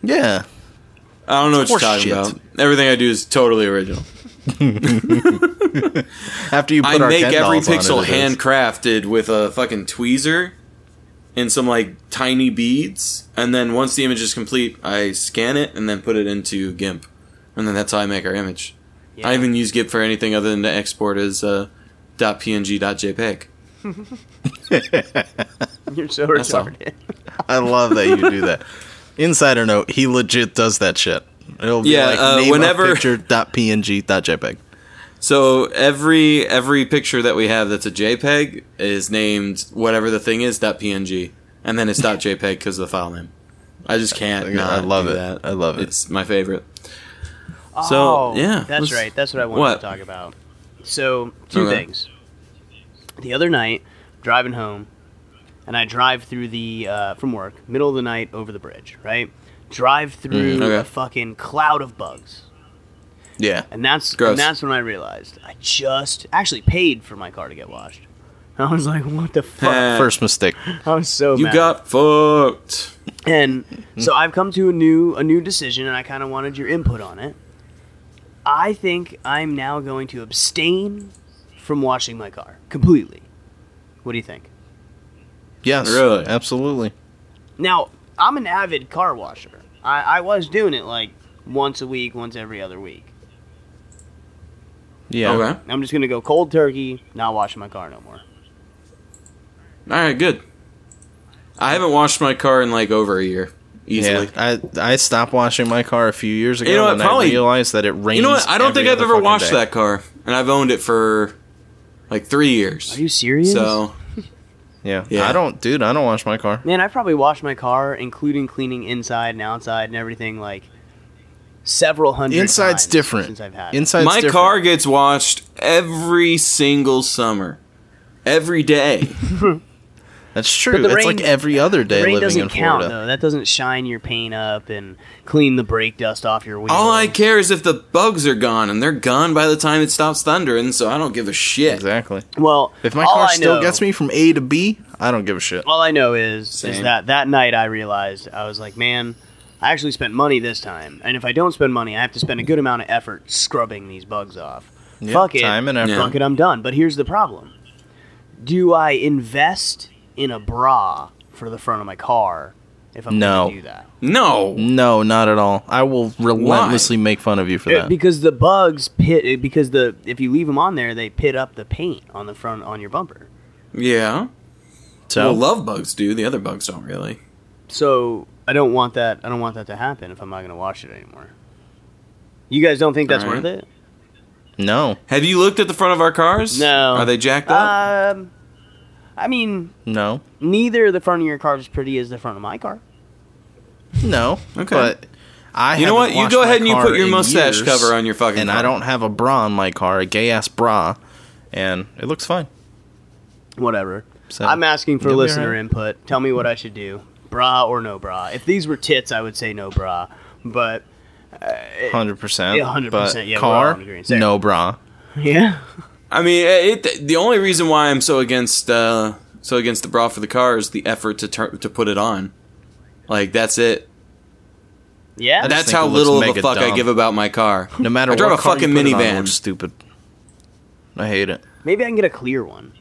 S5: Yeah.
S4: I don't know what you're talking
S5: Horseshit.
S4: about. Everything I do is totally original.
S5: After you
S4: I
S5: put our
S4: make
S5: Ken
S4: every
S5: dolls on it,
S4: pixel
S5: it is.
S4: handcrafted with a fucking tweezer and some like tiny beads, and then once the image is complete, I scan it and then put it into GIMP, and then that's how I make our image. I even use GIMP for anything other than to export as uh, .png .jpeg.
S6: You're so
S4: That's all.
S6: retarded.
S5: I love that you do that. Insider note: He legit does that shit. It'll be
S4: Yeah,
S5: like
S4: uh,
S5: name
S4: whenever-
S5: of picture dot png dot E jpeg.
S4: So every every picture that we have that's a JPEG is named whatever the thing is .png, and then it's .jpeg because of the file name. I just can't.
S5: I
S4: not
S5: love
S4: do
S5: it.
S4: That.
S5: I love it.
S4: It's my favorite. So, yeah,
S6: Oh, that's
S4: let's-
S6: right. That's what I wanted
S4: what?
S6: to talk about. So two
S4: Okay.
S6: things. The other night, driving home, and I drive through the uh, from work, middle of the night, over the bridge, right? Drive through
S4: Mhm. Okay.
S6: a fucking cloud of bugs,
S5: Yeah,
S6: and that's
S4: Gross.
S6: and that's when I realized I just actually paid for my car to get washed. I was like, what the fuck?
S4: Uh,
S5: first mistake.
S6: I was so
S4: you
S6: mad.
S4: got fucked.
S6: And
S5: Hmm.
S6: so I've come to a new a new decision, and I kind of wanted your input on it. I think I'm now going to abstain from washing my car completely. What do you think?
S5: Yes,
S4: Really?
S5: absolutely.
S6: Now I'm an avid car washer. I, I was doing it like once a week, once every other week.
S5: Yeah.
S4: Okay.
S6: I'm just gonna go cold turkey, not washing my car no more.
S4: All right. Good. I haven't washed my car in like over a year. Easily.
S5: Yeah, I I stopped washing my car a few years ago,
S4: You know what,
S5: and
S4: probably-
S5: I realized that it rains.
S4: You know what? I don't
S5: every
S4: think I've
S5: other
S4: ever
S5: fucking
S4: washed
S5: day.
S4: that car, and I've owned it for like three years.
S6: Are you serious?
S4: So
S5: Yeah.
S4: Yeah.
S5: I don't, dude. I don't wash my car.
S6: Man, I probably washed my car, including cleaning inside and outside and everything, like several hundred.
S5: Inside's
S6: times
S5: different.
S6: Since I've had it.
S5: Inside's
S4: my
S5: different.
S4: car gets washed every single summer, every day.
S5: That's true.
S6: the
S5: It's
S6: rain-
S5: like every other day
S6: rain
S5: living
S6: doesn't
S5: in
S6: count
S5: Florida.
S6: though. That doesn't shine your paint up and clean the brake dust off your wheel.
S4: All I care is if the bugs are gone, and they're gone by the time it stops thundering. So I don't give a shit.
S5: Exactly.
S6: well,
S5: If my
S6: all
S5: car
S6: I
S5: still
S6: know-
S5: gets me from A to B, I don't give a shit.
S6: all I know is is
S4: Same.
S6: that that night I realized I was like, man, I actually spent money this time, and if I don't spend money, I have to spend a good amount of effort scrubbing these bugs off.
S5: Yeah,
S6: Fuck it,
S5: Time and effort.
S4: Yeah.
S6: fuck it, I'm done. But here's the problem: Do I invest in a bra for the front of my car if I'm
S5: No.
S6: going to do that?
S4: No,
S5: No, not at all. I will relentlessly make fun of you for
S6: It-
S5: that.
S6: because the bugs pit because the if you leave them on there they pit up the paint on the front on your bumper
S4: yeah.
S5: so
S4: Well, love bugs do. The other bugs don't really.
S6: so i don't want that i don't want that to happen if i'm not going to wash it anymore you guys don't think that's
S4: Alright.
S6: worth it
S5: no,
S4: Have you looked at the front of our cars?
S6: No.
S4: Are they jacked up?
S5: Uh,
S6: um i mean
S5: no,
S6: neither the front of your car is pretty as the front of my car
S5: no.
S4: Okay.
S5: But I.
S4: you know what?
S5: haven't
S4: You
S5: washed
S4: go
S5: my
S4: ahead and you
S5: car
S4: put your
S5: in
S4: mustache
S5: years,
S4: cover on your fucking.
S5: and
S4: car.
S5: I don't have a bra on my car, a gay ass bra, and it looks fine.
S6: whatever
S5: So
S6: i'm asking for
S5: you'll be
S6: listener
S5: alright.
S6: input tell me what i should do bra or no bra if these were tits i would say no bra but
S5: Hundred percent.
S6: Eh, Yeah, 100%,
S5: But
S6: yeah, we're all
S5: car,
S6: on agreeing. Same.
S5: no bra.
S6: yeah
S4: I mean, it, it- the only reason why I'm so against uh, so against the bra for the car is the effort to tur- to put it on. Like that's it.
S6: yeah
S5: just
S4: That's
S5: think
S4: how
S5: it looks
S4: little of a
S5: mega
S4: fuck I
S5: dumb.
S4: give about my car.
S5: No matter
S4: I drive
S5: what
S4: a
S5: car
S4: fucking
S5: you put it on, it
S4: minivan.
S5: looks stupid. I hate it.
S6: Maybe I can get a clear one.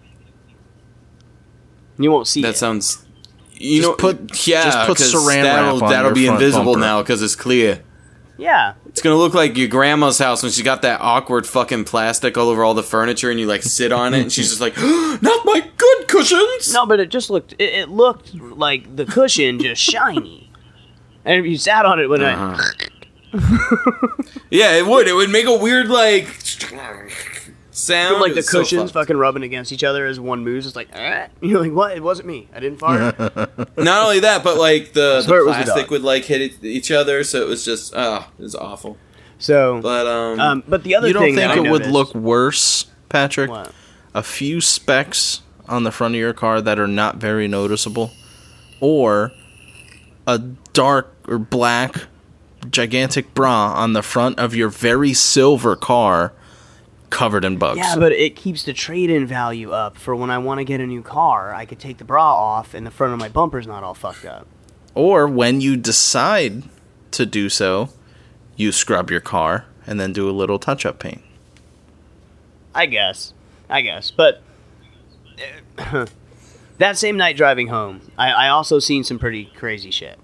S6: You won't see
S4: That
S6: it.
S4: sounds. You
S5: Just
S4: know,
S5: put-
S4: yeah,
S5: just put
S4: 'cause
S5: saran wrap
S4: that'll,
S5: on
S4: that'll
S5: your
S4: be
S5: front
S4: invisible
S5: bumper.
S4: now because it's clear.
S6: yeah,
S4: It's gonna look like your grandma's house when she got that awkward fucking plastic all over all the furniture, and you like sit on it, and she's just like, "Not my good cushions."
S6: no, but it just looked. It, it looked like the cushion just shiny. And if you sat on it when
S4: Uh-huh. Yeah, it would. It would make a weird like
S6: I
S4: sound.
S6: like the
S4: It's so
S6: cushions
S4: fucked.
S6: fucking rubbing against each other as one moves, it's like eh. you're like, what? It wasn't me. I didn't fart.
S4: Not only that, but like the,
S6: swear
S4: the
S6: it was a
S4: plastic
S6: dog.
S4: would like hit it, each other, so it was just ah, it was awful.
S6: so,
S4: But um,
S6: um, but the other
S5: You don't
S6: thing
S5: think
S6: that I
S5: it would
S6: noticed-
S5: look worse, Patrick?
S6: What?
S5: A few specks on the front of your car that are not very noticeable, or a dark or black gigantic bra on the front of your very silver car covered in bugs.
S6: Yeah, but it keeps the trade-in value up for when I want to get a new car. I could take the bra off, and the front of my bumper's not all fucked up.
S5: or when you decide to do so, you scrub your car and then do a little touch up paint.
S6: I guess. I guess. But uh, that same night driving home, I, I also seen some pretty crazy shit.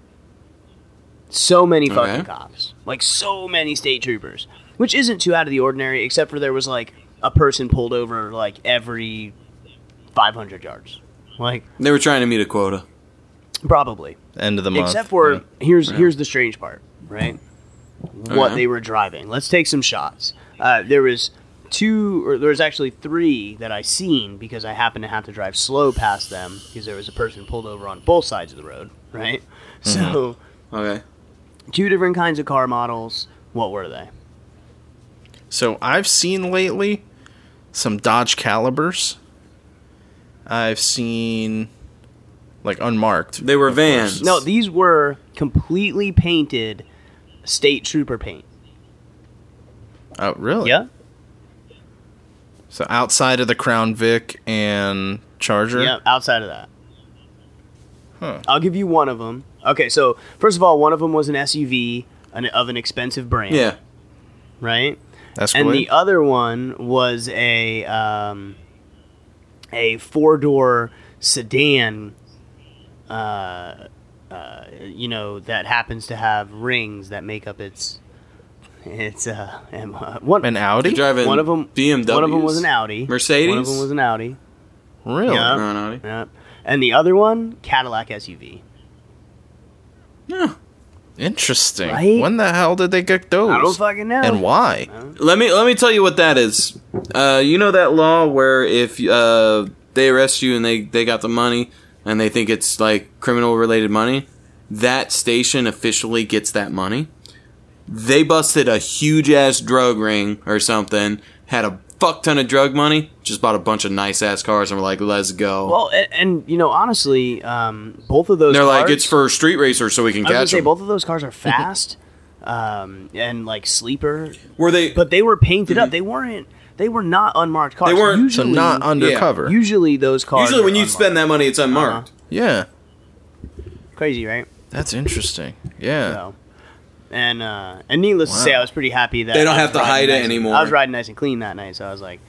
S6: So many fucking
S4: Okay.
S6: cops. Like, so many state troopers. Which isn't too out of the ordinary, except for there was, like, a person pulled over, like, every 500 yards. Like,
S4: They were trying to meet a quota.
S6: probably.
S5: End of the month.
S6: Except for
S5: yeah. Uh-huh.
S6: here's here's the strange part, right? What
S4: Okay.
S6: they were driving. Let's take some shots. Uh, there was two, or there was actually three that I seen because I happened to have to drive slow past them because there was a person pulled over on both sides of the road, right?
S5: Mm-hmm.
S6: So
S4: Okay.
S6: two different kinds of car models. What were they?
S5: So I've seen lately some Dodge Calibers. I've seen like unmarked.
S4: They were vans.
S6: No, these were completely painted state trooper paint.
S5: Oh, really?
S6: Yeah,
S5: So outside of the Crown Vic and Charger.
S6: yeah. Outside of that,
S5: Huh.
S6: I'll give you one of them. Okay, so first of all, one of them was an SUV an, of an expensive brand.
S4: Yeah.
S6: right?
S5: That's
S6: And
S5: cool.
S6: the other one was a um, a four door sedan, uh, uh, you know, that happens to have rings that make up its its uh, em- uh, one.
S5: An Audi?
S4: They're driving
S6: one of them,
S4: BMWs.
S6: One of them was an Audi. One of
S4: Mercedes?
S6: them was an Audi.
S5: Really?
S6: Yeah.
S4: Not an Audi.
S6: Yep. And the other one, Cadillac SUV.
S5: Interesting.
S6: Right?
S5: When the hell did they get those?
S6: I don't fucking know.
S5: And why?
S4: Let me let me tell you what that is. Uh, you know that law where if uh, they arrest you and they they got the money and they think it's like criminal related money, that station officially gets that money. They busted a huge ass drug ring or something, had a fuck ton of drug money, just bought a bunch of nice ass cars and were like, "Let's go."
S6: well, and, and you know, honestly, um, both of those.
S4: They're like,
S6: cars-
S4: "It's for street racers, so we can
S6: I was gonna
S4: catch
S6: say
S4: them."
S6: both of those cars are fast, um, and like sleeper,
S4: Were they?
S6: but they were painted up. They weren't. They were not unmarked cars.
S4: Mhm. They weren't- so
S5: So
S6: Usually,
S5: not undercover.
S6: usually those cars.
S4: usually, when
S6: are
S4: you
S6: unmarked.
S4: spend that money, it's unmarked.
S6: Uh-huh.
S5: yeah.
S6: crazy, right?
S5: That's interesting. Yeah.
S6: So, and uh, and needless to
S5: Wow.
S6: say, I was pretty happy that
S4: They don't
S6: I was
S4: have to
S6: riding
S4: hide it
S6: nice-
S4: anymore.
S6: I was riding nice and clean that night, so I was like,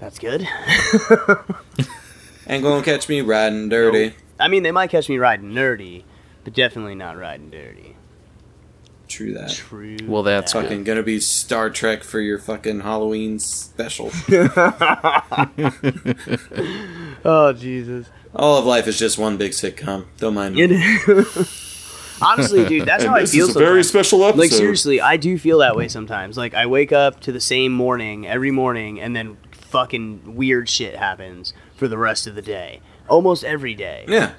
S6: "That's good."
S4: Ain't gonna catch me riding dirty.
S6: I mean, they might catch me riding nerdy, but definitely not riding dirty.
S4: True that.
S6: True.
S5: Well, that's
S6: that.
S5: good.
S4: fucking gonna be Star Trek for your fucking Halloween special.
S6: oh Jesus.
S4: All of life is just one big sitcom. Don't mind me.
S6: It- Honestly, dude, that's how I feel. sometimes.
S4: special episode.
S6: Like seriously, I do feel that way sometimes. Like I wake up to the same morning every morning, and then fucking weird shit happens for the rest of the day, almost every day.
S4: Yeah.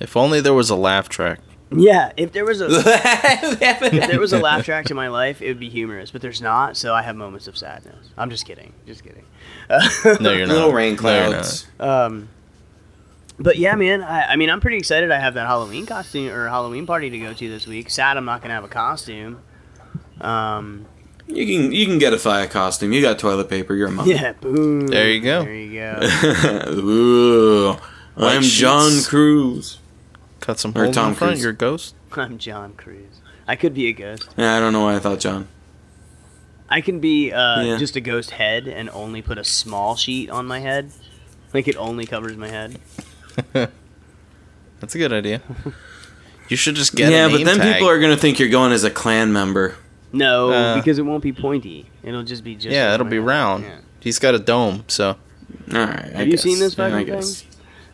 S5: If only there was a laugh track.
S6: Yeah, if there was a if there was a laugh track to my life, it would be humorous. But there's not, so I have moments of sadness. I'm just kidding, just kidding.
S5: No, you're not.
S4: Little rain
S5: No, you're
S4: clouds.
S6: Um, but yeah, man, I, I mean, I'm pretty excited. I have that Halloween costume or Halloween party to go to this week. Sad, I'm not gonna have a costume. Um,
S4: You can you can get a fire costume. You got toilet paper. You're a mom.
S6: yeah, boom.
S5: There you go.
S6: There you go.
S4: Ooh, I'm
S5: sheets.
S4: John Cruise.
S5: not. Cut some
S4: Or
S5: holes
S4: Tom
S5: in front.
S4: Cruise.
S5: You're a ghost.
S6: I'm John Cruise. I could be a ghost.
S4: Yeah, I don't know why I thought John.
S6: I can be uh,
S4: Yeah.
S6: just a ghost head and only put a small sheet on my head. Like it only covers my head.
S5: That's a good idea. You should just get.
S4: yeah,
S5: a
S4: but
S5: name
S4: then
S5: tag.
S4: people are gonna think you're going as a clan member.
S6: No,
S5: Uh.
S6: because it won't be pointy. It'll just be just.
S5: Yeah,
S6: on
S5: it'll
S6: my
S5: be
S6: head.
S5: round.
S6: Yeah.
S5: He's got a dome, so
S4: All right.
S6: Have you seen this fucking
S4: I
S6: thing?
S4: guess.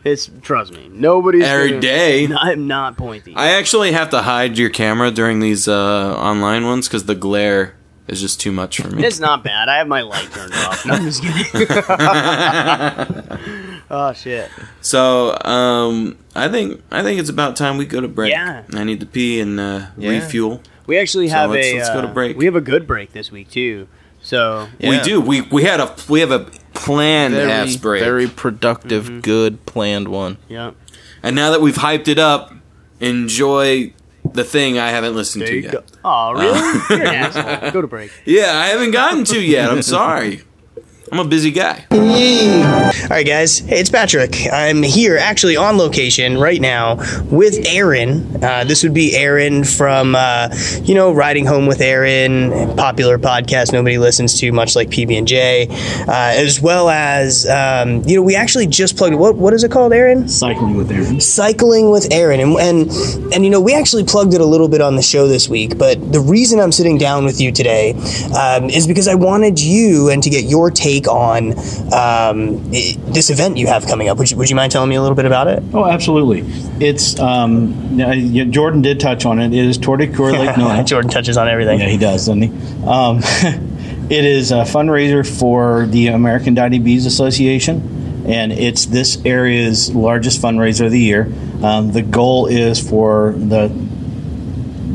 S6: It's trust me. Nobody's
S4: Every
S6: gonna-
S4: day.
S6: No, I'm not pointy.
S4: I actually have to hide your camera during these uh, online ones because the glare is just too much for me.
S6: It's not bad. I have my light turned off. No, I'm just kidding. oh shit.
S4: So um, I think I think it's about time we go to break.
S6: Yeah.
S4: I need to pee and uh,
S5: Yeah.
S4: refuel.
S6: We actually
S4: So
S6: have
S4: let's-
S6: a.
S4: let's go to
S6: uh,
S4: break.
S6: We have a good break this week too. So
S4: We
S5: Yeah.
S4: do. We we had a we have a planned ass
S5: very,
S4: break.
S5: very productive, good, planned one.
S6: yeah.
S4: And now that we've hyped it up, enjoy the thing I haven't listened
S6: There
S4: to
S6: you
S4: yet.
S6: go. Oh really? You're an asshole. Go to break.
S4: Yeah, I haven't gotten to yet. I'm sorry. I'm a busy guy.
S7: All right, guys. Hey, it's Patrick. I'm here, actually on location right now with Aaron. Uh, this would be Aaron from, uh, you know, riding home with Aaron, popular podcast nobody listens to, much like PB and J, uh, as well as, um, you know, we actually just plugged. What what is it called, Aaron?
S8: cycling with Aaron.
S7: cycling with Aaron, and and and you know we actually plugged it a little bit on the show this week. But the reason I'm sitting down with you today um, is because I wanted you and to get your take on um, i- this event you have coming up. Would you, would you mind telling me a little bit about it?
S8: Oh, absolutely. It's um, now, yeah, Jordan did touch on it. It is Torticor Lake Nona.
S7: Jordan touches on everything.
S8: Yeah, he does, doesn't he? Um, it is a fundraiser for the American Diabetes Association, and it's this area's largest fundraiser of the year. Um, the goal is for the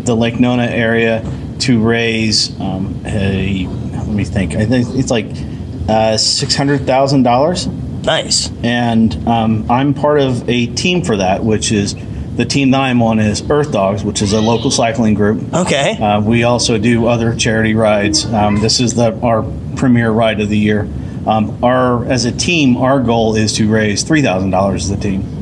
S8: the Lake Nona area to raise um, a let me think. I think it's like uh, six hundred thousand dollars
S7: Nice.
S8: and um, I'm part of a team for that, which is the team that I'm on is Earth Dogs, which is a local cycling group.
S7: Okay.
S8: Uh, we also do other charity rides. Um, this is the our premier ride of the year. Um, our as a team, our goal is to raise three thousand dollars as a team.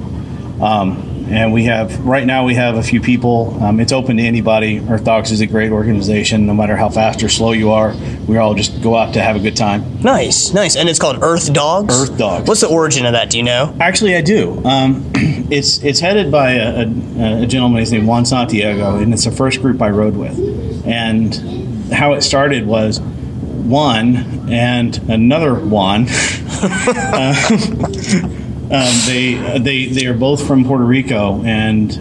S8: Um, and we have right now we have a few people. Um, it's open to anybody. Earth Dogs is a great organization. No matter how fast or slow you are, we all just go out to have a good time.
S7: nice. Nice. And it's called Earth Dogs.
S8: Earth Dogs.
S7: What's the origin of that? Do you know?
S8: Actually, I do. Um, it's it's headed by a, a, a gentleman named Juan Santiago, and it's the first group I rode with. And how it started was one and another Juan. Um, they they they are both from Puerto Rico, and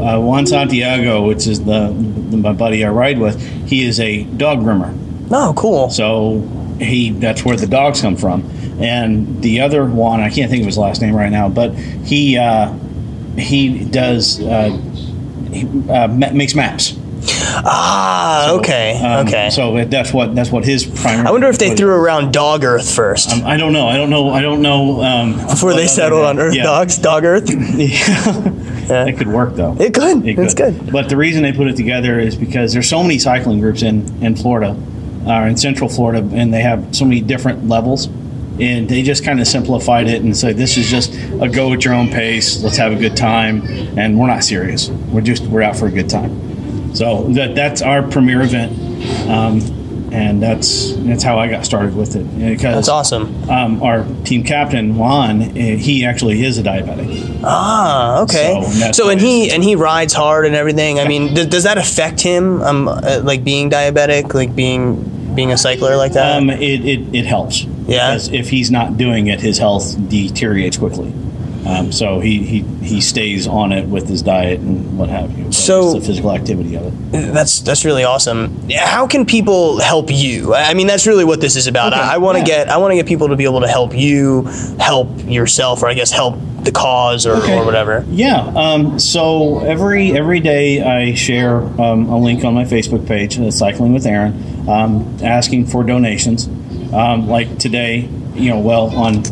S8: uh, Juan Santiago, which is the, the my buddy I ride with, he is a dog groomer. Oh,
S7: No. Cool.
S8: So he that's where the dogs come from. And the other one, I can't think of his last name right now, but he uh, he does uh, he, uh, ma- makes maps.
S7: ah. okay.
S8: Um,
S7: okay.
S8: So that's what that's what his primary.
S7: I wonder if they threw around Dog Earth first
S8: I don't know. I don't know. I don't know. Um,
S7: before they
S8: what
S7: settled
S8: other-
S7: on Earth
S8: yeah.
S7: Dogs. Dog Earth.
S8: It could work though.
S7: It could.
S8: It
S7: It's
S8: could.
S7: good.
S8: But the reason they put it together is because there's so many cycling groups in in Florida, or in Central Florida, and they have so many different levels. And they just kind of simplified it and said, "This is just a go at your own pace. Let's have a good time, and we're not serious. We're just we're out for a good time." So that that's our premier event, um, and that's that's how I got started with it. Because
S7: That's awesome.
S8: Um, our team captain Juan, eh, he actually is a diabetic.
S7: Ah, okay.
S8: So, and
S7: So,
S8: that's
S7: and
S8: what it
S7: he and he rides hard and everything. I mean, th- does that affect him? Um, uh, like being diabetic, like being being a cycler like that.
S8: Um, it, it, it helps.
S7: Yeah.
S8: Because if he's not doing it, his health deteriorates quickly. Um, so he, he, he stays on it with his diet and what have you. But
S7: So-
S8: it's the physical activity of it.
S7: that's that's really awesome. How can people help you? I I mean, that's really what this is about. I, I want to
S8: yeah.
S7: get I want to get people to be able to help you, help yourself, or I guess help the cause or,
S8: Okay.
S7: or whatever.
S8: Yeah. Um, so every every day I share um, a link on my Facebook page, uh, Cycling with Aaron, um, asking for donations. Um, like today, you know, well on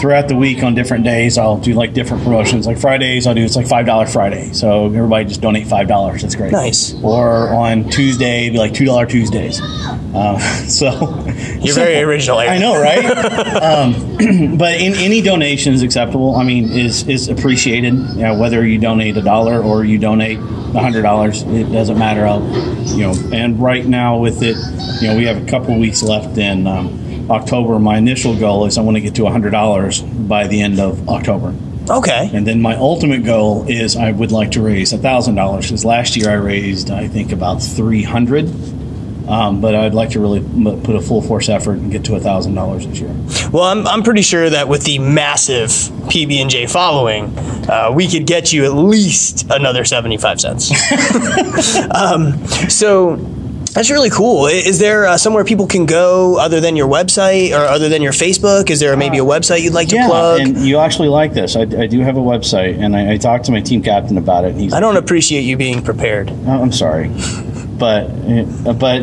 S8: throughout the week on different days, I'll do like different promotions. Like Fridays, I'll do it's like five dollar Friday. So everybody just donate five dollars. That's great.
S7: Nice.
S8: Or on Tuesday, be like two dollar Tuesdays. Um, so
S7: You're very original. Aaron.
S8: I know, right? um, but in, any donation is acceptable. I mean, is is appreciated. You know, whether you donate a dollar or you donate a hundred dollars, it doesn't matter. I'll, you know, and right now with it, you know, we have a couple weeks left in um, October. My initial goal is I want to get to a hundred dollars by the end of October.
S7: Okay.
S8: And then my ultimate goal is I would like to raise thousand dollars because last year I raised I think about three hundred. Um, but I'd like to really m- put a full force effort and get to thousand dollars this year.
S7: Well, I'm, I'm pretty sure that with the massive PB and J following, uh, we could get you at least another 75 cents. um, so that's really cool. I- Is there uh, somewhere people can go other than your website or other than your Facebook? Is there maybe a website you'd like to plug?
S8: and you actually like this. I, I do have a website, and I, I talked to my team captain about it. And he's,
S7: I don't appreciate you being prepared.
S8: Oh, I'm sorry, but uh, but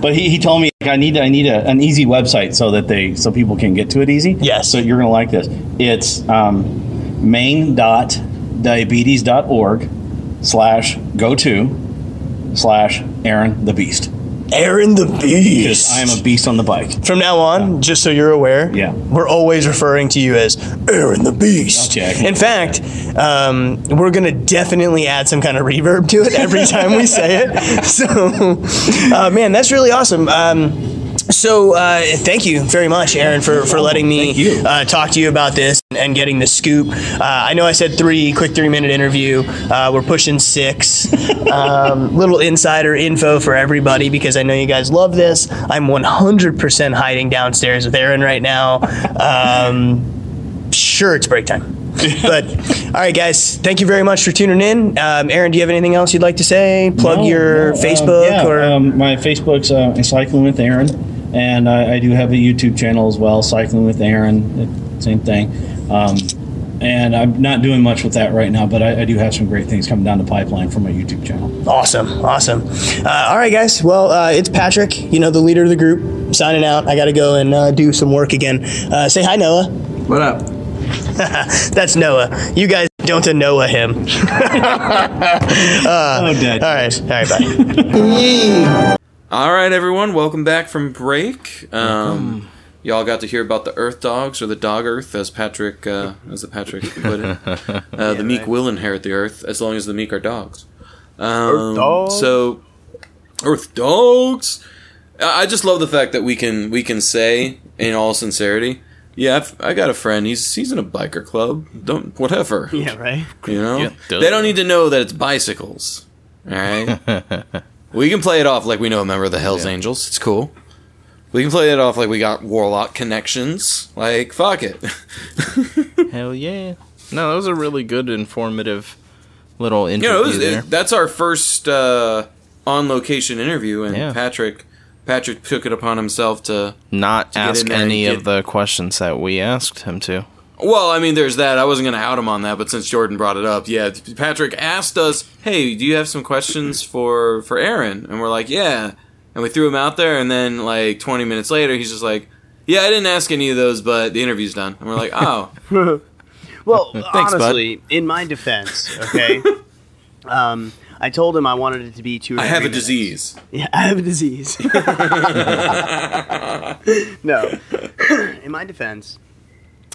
S8: but he, he told me like, I need I need a, an easy website so that they so people can get to it easy.
S7: Yes.
S8: So you're gonna like this. It's um, main.diabetes.org slash go to slash Aaron the Beast.
S7: Aaron the Beast.
S8: Because I am a beast on the bike.
S7: From now on, just so you're aware,
S8: Yeah.
S7: we're always referring to you as Aaron the Beast.
S8: Okay, I can-
S7: In fact, um, we're going to definitely add some kind of reverb to it every time we say it. So, uh, man, that's really awesome. Um, so, uh, thank you very much, Aaron, for, for letting me
S8: you.
S7: uh, talk to you about this and getting the scoop. Uh, I know I said three, quick three minute interview. Uh, we're pushing six. um, little insider info for everybody because I know you guys love this. I'm 100% hiding downstairs with Aaron right now. Um, sure, it's break time. but all right, guys, thank you very much for tuning in. Um, Aaron, do you have anything else you'd like to say? Plug
S8: No,
S7: your
S8: no, um,
S7: Facebook
S8: yeah,
S7: or
S8: um, my Facebook's uh, Cycling with Aaron, and I, I do have a YouTube channel as well, Cycling with Aaron, same thing. Um, and I'm not doing much with that right now, but I, I do have some great things coming down the pipeline for my YouTube channel.
S7: Awesome, awesome. Uh, all right, guys. Well, uh, it's Patrick, you know, the leader of the group, signing out. I got to go and uh, do some work again. Uh, say hi, Noah.
S4: What up?
S7: That's Noah. You guys don't Noah him. Uh,
S8: Oh, Dad.
S7: All right, all right, bye.
S4: All right, everyone, welcome back from break. Um, y'all got to hear about the Earth Dogs or the Dog Earth, as Patrick, uh, as the Patrick put it. Uh, the meek will inherit the earth as long as the meek are dogs. Um,
S6: dogs.
S4: So, Earth Dogs. I I just love the fact that we can we can say in all sincerity, yeah, I've, I got a friend. He's he's in a biker club. Don't whatever.
S6: Yeah, right.
S4: You know,
S5: Yeah, duh.
S4: they don't need to know that it's bicycles. All right, we can play it off like we know a member of the Hell's Angels. It's cool. We can play it off like we got warlock connections. Like fuck it.
S5: Hell yeah. No, that was a really good, informative little
S4: You
S5: interview
S4: know, it was,
S5: there.
S4: it, that's our first uh, on location interview, and
S5: Yeah.
S4: Patrick Patrick took it upon himself to.
S5: Not
S4: get
S5: ask
S4: in there and
S5: any
S4: get-
S5: of the questions that we asked him to.
S4: Well, I mean, there's that. I wasn't going to out him on that, but since Jordan brought it up, yeah, Patrick asked us, "Hey, do you have some questions for for Aaron?" And we're like, "Yeah," and we threw him out there, and then like 20 minutes later, he's just like, "Yeah, I didn't ask any of those, but the interview's done." And we're like, "Oh,
S6: Well,
S4: Thanks, bud.
S6: honestly, in my defense, okay, um, I told him I wanted it to be two. and
S4: I have
S6: three
S4: a
S6: minutes.
S4: disease."
S6: Yeah, I have a disease. no. In my defense,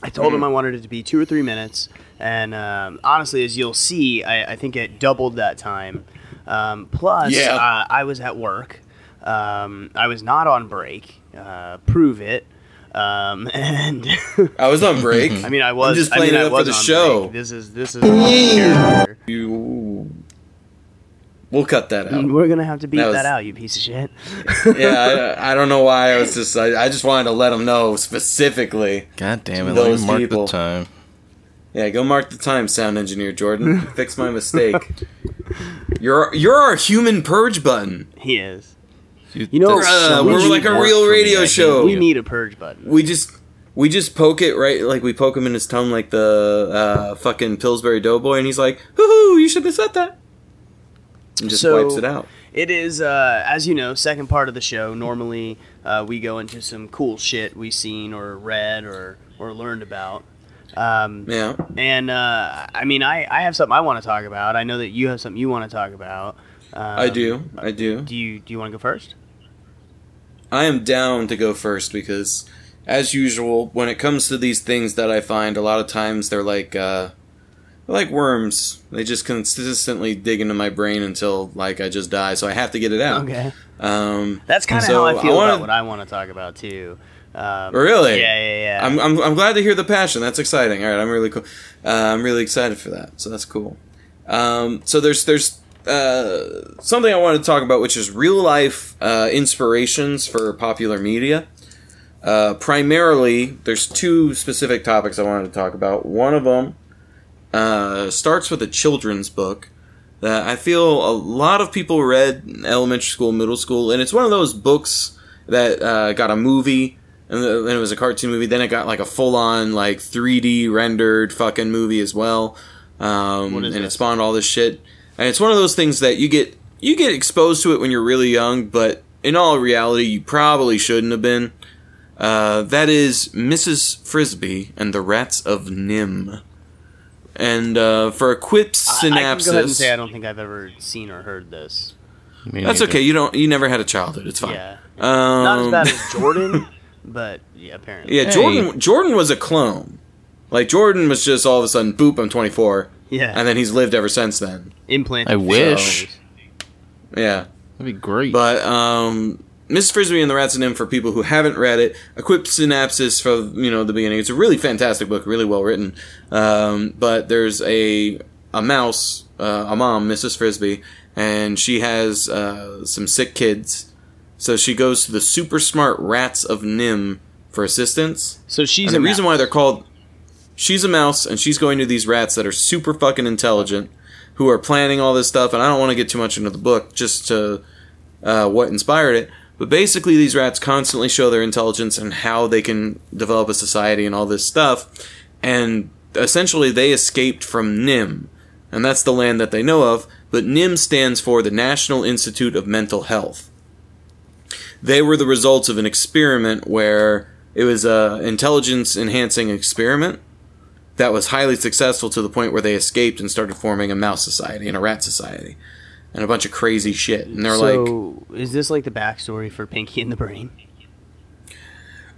S6: I told
S4: Mm-hmm.
S6: him I wanted it to be two or three minutes, and um, honestly, as you'll see, I, I think it doubled that time. Um, plus,
S4: Yeah.
S6: uh, I was at work. Um, I was not on break. Uh, prove it. Um, and
S4: I was on break.
S6: I mean, I was.
S4: just
S6: I
S4: playing
S6: mean,
S4: it
S6: I
S4: up for
S6: was
S4: the
S6: on
S4: show.
S6: break. This is this is. character.
S4: you, we'll cut that out.
S6: We're gonna have to beat
S4: That
S6: that,
S4: was-
S6: out, you piece of shit.
S4: yeah, I, I don't know why I was just. I, I just wanted to let him know specifically.
S5: God damn it! Let
S4: Those
S5: me mark
S4: people.
S5: the time.
S4: Yeah, go mark the time, sound engineer Jordan. Fix my mistake. You're you're our human purge button.
S6: He is.
S5: You
S6: know,
S5: that's
S6: uh,
S5: Oh, so
S6: we're
S5: much
S6: like a
S5: work
S4: real
S5: for me.
S4: radio
S5: I hate
S4: show.
S5: you.
S6: We need a purge button.
S4: We just we just poke it right like we poke him in his tongue like the uh, fucking Pillsbury Doughboy, and he's like, "Hoo hoo, you should have said that." And just
S6: So-
S4: wipes it out.
S6: It is, uh, as you know, second part of the show. Normally, uh, we go into some cool shit we seen or read or or learned about. Um,
S4: Yeah.
S6: And uh, I mean, I, I have something I want to talk about. I know that you have something you want to talk about. Um,
S4: I do. I do.
S6: Do you do you want to go first?
S4: I am down to go first because, as usual, when it comes to these things that I find, a lot of times they're like uh, they're like worms. They just consistently dig into my brain until like I just die. So I have to get it out.
S6: Okay.
S4: Um,
S6: That's kind of
S4: So,
S6: how I
S4: I
S6: feel
S4: wanna-
S6: about what I want to talk about too. Um,
S4: Really?
S6: Yeah, yeah, yeah.
S4: I'm, I'm I'm glad to hear the passion. That's exciting. All right, I'm really cool. Uh, I'm really excited for that. So that's cool. Um, so there's there's uh, something I wanted to talk about, which is real life uh, inspirations for popular media. Uh, primarily, there's two specific topics I wanted to talk about. One of them uh, starts with a children's book that I feel a lot of people read in elementary school, middle school, and it's one of those books that uh, got a movie, and th- then it was a cartoon movie, then it got like a full on like 3D rendered fucking movie as well, um, and
S6: is
S4: it
S6: this?
S4: spawned all this shit. And it's one of those things that you get you get exposed to it when you're really young, but in all reality, you probably shouldn't have been. Uh, that is Mrs. Frisbee and the Rats of Nim. And uh, for a quip
S6: I- I can go ahead and
S4: synopsis,
S6: say I don't think I've ever seen or heard this.
S5: Me
S4: That's
S5: neither.
S4: okay. You don't. You never had a childhood. It's fine.
S6: Yeah.
S4: Um,
S6: Not as bad as Jordan, but yeah, apparently.
S4: Yeah, Jordan. Jordan was a clone. Like Jordan was just all of a sudden, boop, I'm 24,
S6: Yeah.
S4: and then he's lived ever since then.
S6: implanted.
S5: I wish.
S6: features.
S4: Yeah,
S5: That'd be great.
S4: but um, Miss Frisbee and the Rats and Him for people who haven't read it, a quick synopsis from you know the beginning. It's a really fantastic book, really well written. Um, but there's a a mouse, uh, a mom, Mrs. Frisbee, and she has uh, some sick kids, so she goes to the super smart Rats of Nim for assistance.
S6: So she's
S4: and the
S6: a
S4: reason
S6: mouse.
S4: why they're called she's a mouse and she's going to these rats that are super fucking intelligent who are planning all this stuff and i don't want to get too much into the book just to uh, what inspired it but basically these rats constantly show their intelligence and how they can develop a society and all this stuff and essentially they escaped from nim and that's the land that they know of but nim stands for the national institute of mental health they were the results of an experiment where it was a intelligence enhancing experiment that was highly successful to the point where they escaped and started forming a mouse society and a rat society and a bunch of crazy shit and they're like
S6: So is this like the backstory for Pinky and the Brain?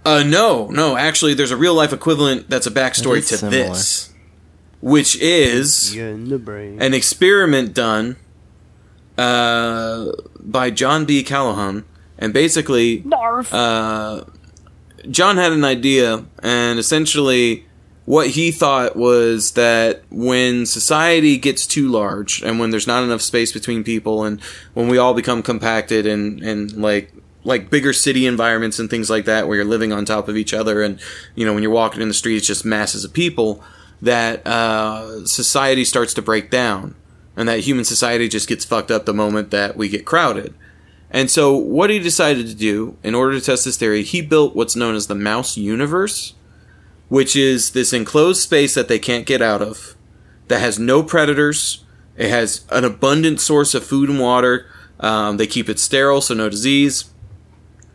S4: uh no no actually there's a real life equivalent that's a backstory
S5: is
S4: to
S5: similar.
S4: this which is
S6: Yeah, in the brain.
S4: an experiment done uh, by John B. Callahan, and basically, Uh, John had an idea, and essentially, what he thought was that when society gets too large, and when there's not enough space between people, and when we all become compacted and and like like bigger city environments and things like that, where you're living on top of each other, and you know when you're walking in the street, it's just masses of people. That uh, society starts to break down, and that human society just gets fucked up the moment that we get crowded. And so, what he decided to do in order to test this theory, he built what's known as the mouse universe, which is this enclosed space that they can't get out of, that has no predators. It has an abundant source of food and water. Um, they keep it sterile, so no disease.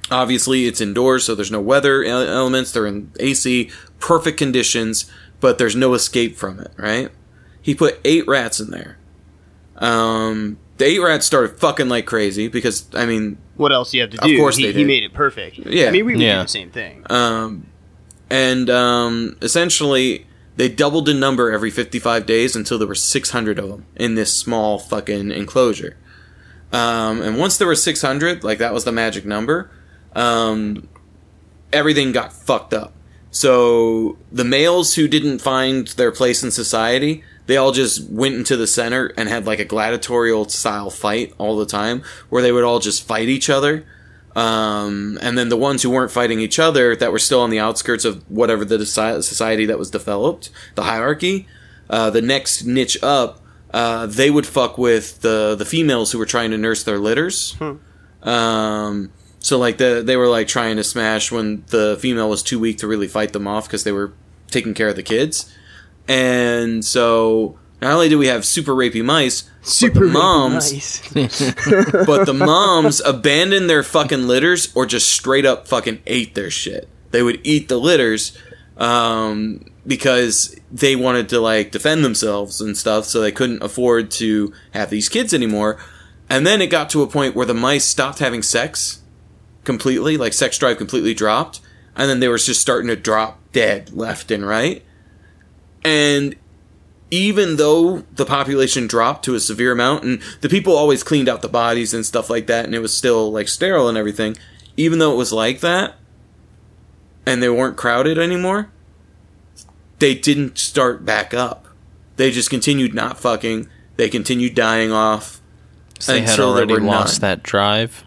S4: Obviously, it's indoors, so there's no weather ele- elements. They're in AC, perfect conditions, but there's no escape from it, right? He put eight rats in there. Um, the eight rats started fucking like crazy because, I mean,
S6: what else do you have to
S4: Of
S6: do?
S4: course
S6: he,
S4: they
S6: he
S4: did.
S6: made it perfect.
S4: Yeah.
S6: I mean, we would
S5: Yeah.
S6: do the same thing.
S4: um, and um, essentially they doubled in number every 55 days until there were 600 of them in this small fucking enclosure. Um, and once there were 600, like that was the magic number, um, everything got fucked up. So the males who didn't find their place in society, they all just went into the center and had like a gladiatorial style fight all the time, where they would all just fight each other. Um, and then the ones who weren't fighting each other, that were still on the outskirts of whatever the deci- society that was developed, the hierarchy, uh, the next niche up, uh, they would fuck with the the females who were trying to nurse their litters. Um, so like the they were like trying to smash when the female was too weak to really fight them off because they were taking care of the kids. And so not only do we have super rapey mice, super but the moms
S6: Nice.
S4: but the moms abandoned their fucking litters or just straight up fucking ate their shit. They would eat the litters um, because they wanted to like defend themselves and stuff, so they couldn't afford to have these kids anymore. And then it got to a point where the mice stopped having sex completely, like sex drive completely dropped, and then they were just starting to drop dead left and right. And even though the population dropped to a severe amount and the people always cleaned out the bodies and stuff like that and it was still like sterile and everything even though it was like that and they weren't crowded anymore they didn't start back up they just continued not fucking they continued dying off
S5: they had
S4: until there
S5: already
S4: were
S5: lost
S4: none.
S5: that drive.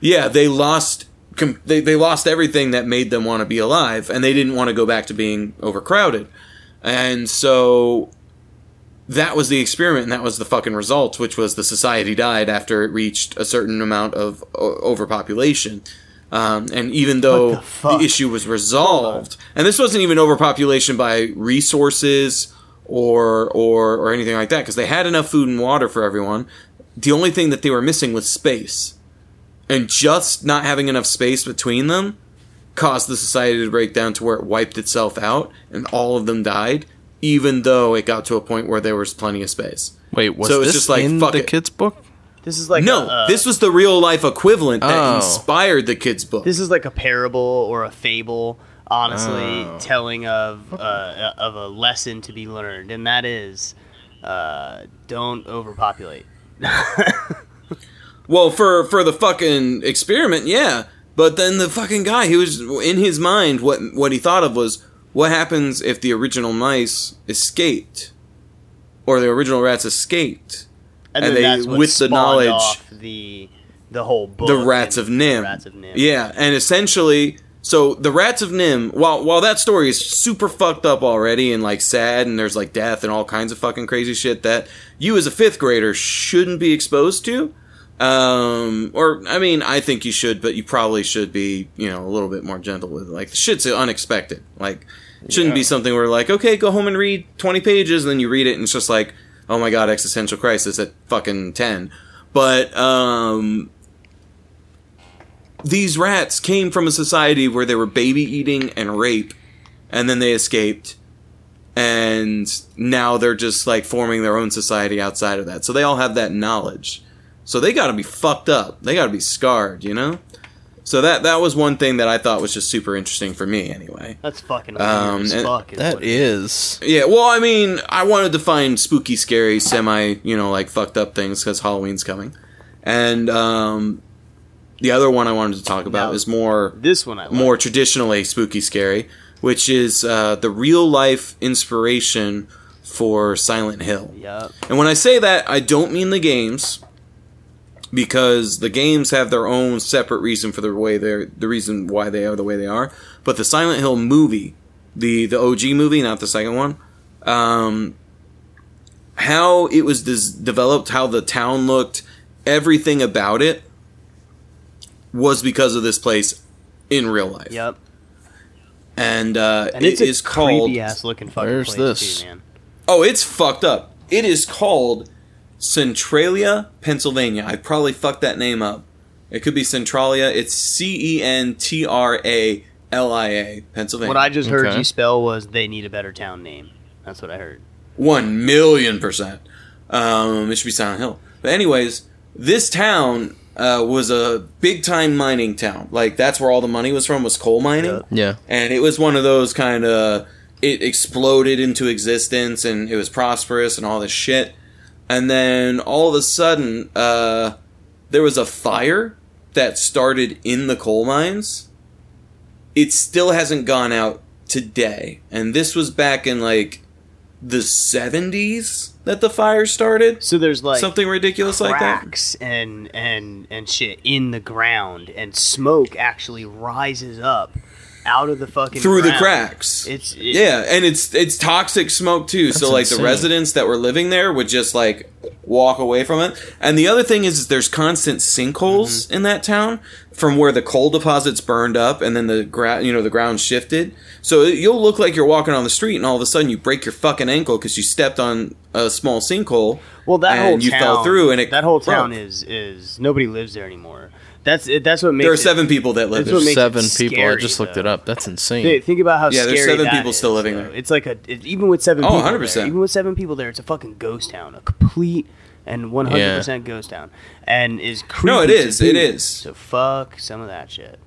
S4: yeah they lost com- they, they lost everything that made them want to be alive and they didn't want to go back to being overcrowded and so that was the experiment and that was the fucking results which was the society died after it reached a certain amount of o- overpopulation um, and even though
S6: the
S4: the,
S6: fuck?
S4: issue was resolved and this wasn't even overpopulation by resources or or or anything like that because they had enough food and water for everyone the only thing that they were missing was space and just not having enough space between them caused the society to break down to where it wiped itself out and all of them died even though it got to a point where there was plenty of space
S5: Wait, was
S4: So it's
S5: this
S4: just like,
S5: in
S4: fuck
S5: the
S4: it.
S5: kids' book?
S6: This is like
S4: no,
S6: a, uh,
S4: this was the real life equivalent that
S5: Oh.
S4: inspired the kid's book.
S6: this is like a parable or a fable, honestly,
S5: Oh.
S6: telling of uh, of a lesson to be learned, and that is, uh, don't overpopulate.
S4: Well, for for the fucking experiment, yeah. But then the fucking guy, he was in his mind. What what he thought of was what happens if the original mice escaped, or the original rats escaped.
S6: And,
S4: And
S6: then
S4: they-
S6: that's what
S4: with the
S6: spawned
S4: knowledge-
S6: off the the whole book,
S4: the rats
S6: and
S4: of Nim.
S6: Rats of Nim.
S4: Yeah, and essentially, so the rats of Nim. While while that story is super fucked up already and like sad, and there's like death and all kinds of fucking crazy shit that you as a fifth grader shouldn't be exposed to. Um, or I mean, I think you should, but you probably should be, you know, a little bit more gentle with it. Like the shit's unexpected. Like it shouldn't be something where like, okay, go home and read twenty pages, and then you read it, and it's just like, oh my god, existential crisis at fucking ten. But um, these rats came from a society where they were baby eating and rape, and then they escaped, and now they're just like forming their own society outside of that. So they all have that knowledge. So they got to be fucked up. They got to be scarred, you know. So that that was one thing that I thought was just super interesting for me, anyway.
S6: that's fucking
S4: Um,
S6: weird as
S4: and
S6: fuck. Is
S5: That
S6: what it
S5: is.
S4: Yeah, well, I mean, I wanted to find spooky, scary, semi, you know, like fucked up things because Halloween's coming, and um, the other one I wanted to talk about
S6: Now-
S4: is more
S6: This one I like.
S4: more traditionally spooky scary, which is uh, the real life inspiration for Silent Hill.
S6: Yup.
S4: And when I say that, I don't mean the games, because the games have their own separate reason for the way they're the reason why they are the way they are. But the Silent Hill movie, the the OG movie, not the second one, um, how it was des- developed, how the town looked, everything about it was because of this place in real life.
S6: Yep.
S4: And, uh,
S6: And
S4: it
S6: it's
S4: is
S6: a
S4: called
S6: creepy ass looking fucking
S5: Where's
S6: place
S5: this?
S6: too, man.
S4: Oh, it's fucked up. It is called Centralia, Pennsylvania. I probably fucked that name up. It could be Centralia. It's C E N T R A L I A, Pennsylvania.
S6: What I just heard
S5: Okay.
S6: you spell was they need a better town name. That's what I heard.
S4: One million percent. Um, it should be Silent Hill. But anyways, this town uh, was a big time mining town. Like that's where all the money was from was coal mining.
S5: Yeah.
S4: and it was one of those kind of it exploded into existence and it was prosperous and all this shit and then all of a sudden uh, there was a fire that started in the coal mines it still hasn't gone out today and this was back in like the 70s that the fire started
S6: So there's like
S4: something ridiculous like that
S6: cracks and and and shit in the ground, and smoke actually rises up out of the fucking
S4: through the
S6: ground.
S4: cracks.
S6: It's it,
S4: yeah, and it's it's toxic smoke too. so like the
S5: insane.
S4: residents that were living there would just like walk away from it. And the other thing is, is there's constant sinkholes
S6: Mm-hmm.
S4: in that town from where the coal deposits burned up and then the ground you know the ground shifted. So it- you'll look like you're walking on the street and all of a sudden you break your fucking ankle because you stepped on a small sinkhole.
S6: Well, that
S4: and
S6: whole
S4: you
S6: town,
S4: fell through and it
S6: that whole town
S4: broke.
S6: is is nobody lives there anymore. That's it, that's what makes
S4: There are
S6: it-
S4: seven people that live
S6: That's
S4: there.
S6: what makes it
S5: Seven people. I
S6: scary,
S5: just looked
S6: though.
S5: it up. That's insane.
S6: Th- Think about how
S4: Yeah, there's
S6: scary
S4: seven
S6: that
S4: people
S6: is,
S4: still living
S6: though.
S4: there.
S6: It's like a it, even with seven
S4: Oh,
S6: people,
S4: 100%.
S6: There, even with seven people there, it's a fucking ghost town, a complete and one hundred percent ghost town, and is creepy
S4: No, it
S6: to
S4: is, it
S6: boot.
S4: is.
S6: So fuck some of that shit.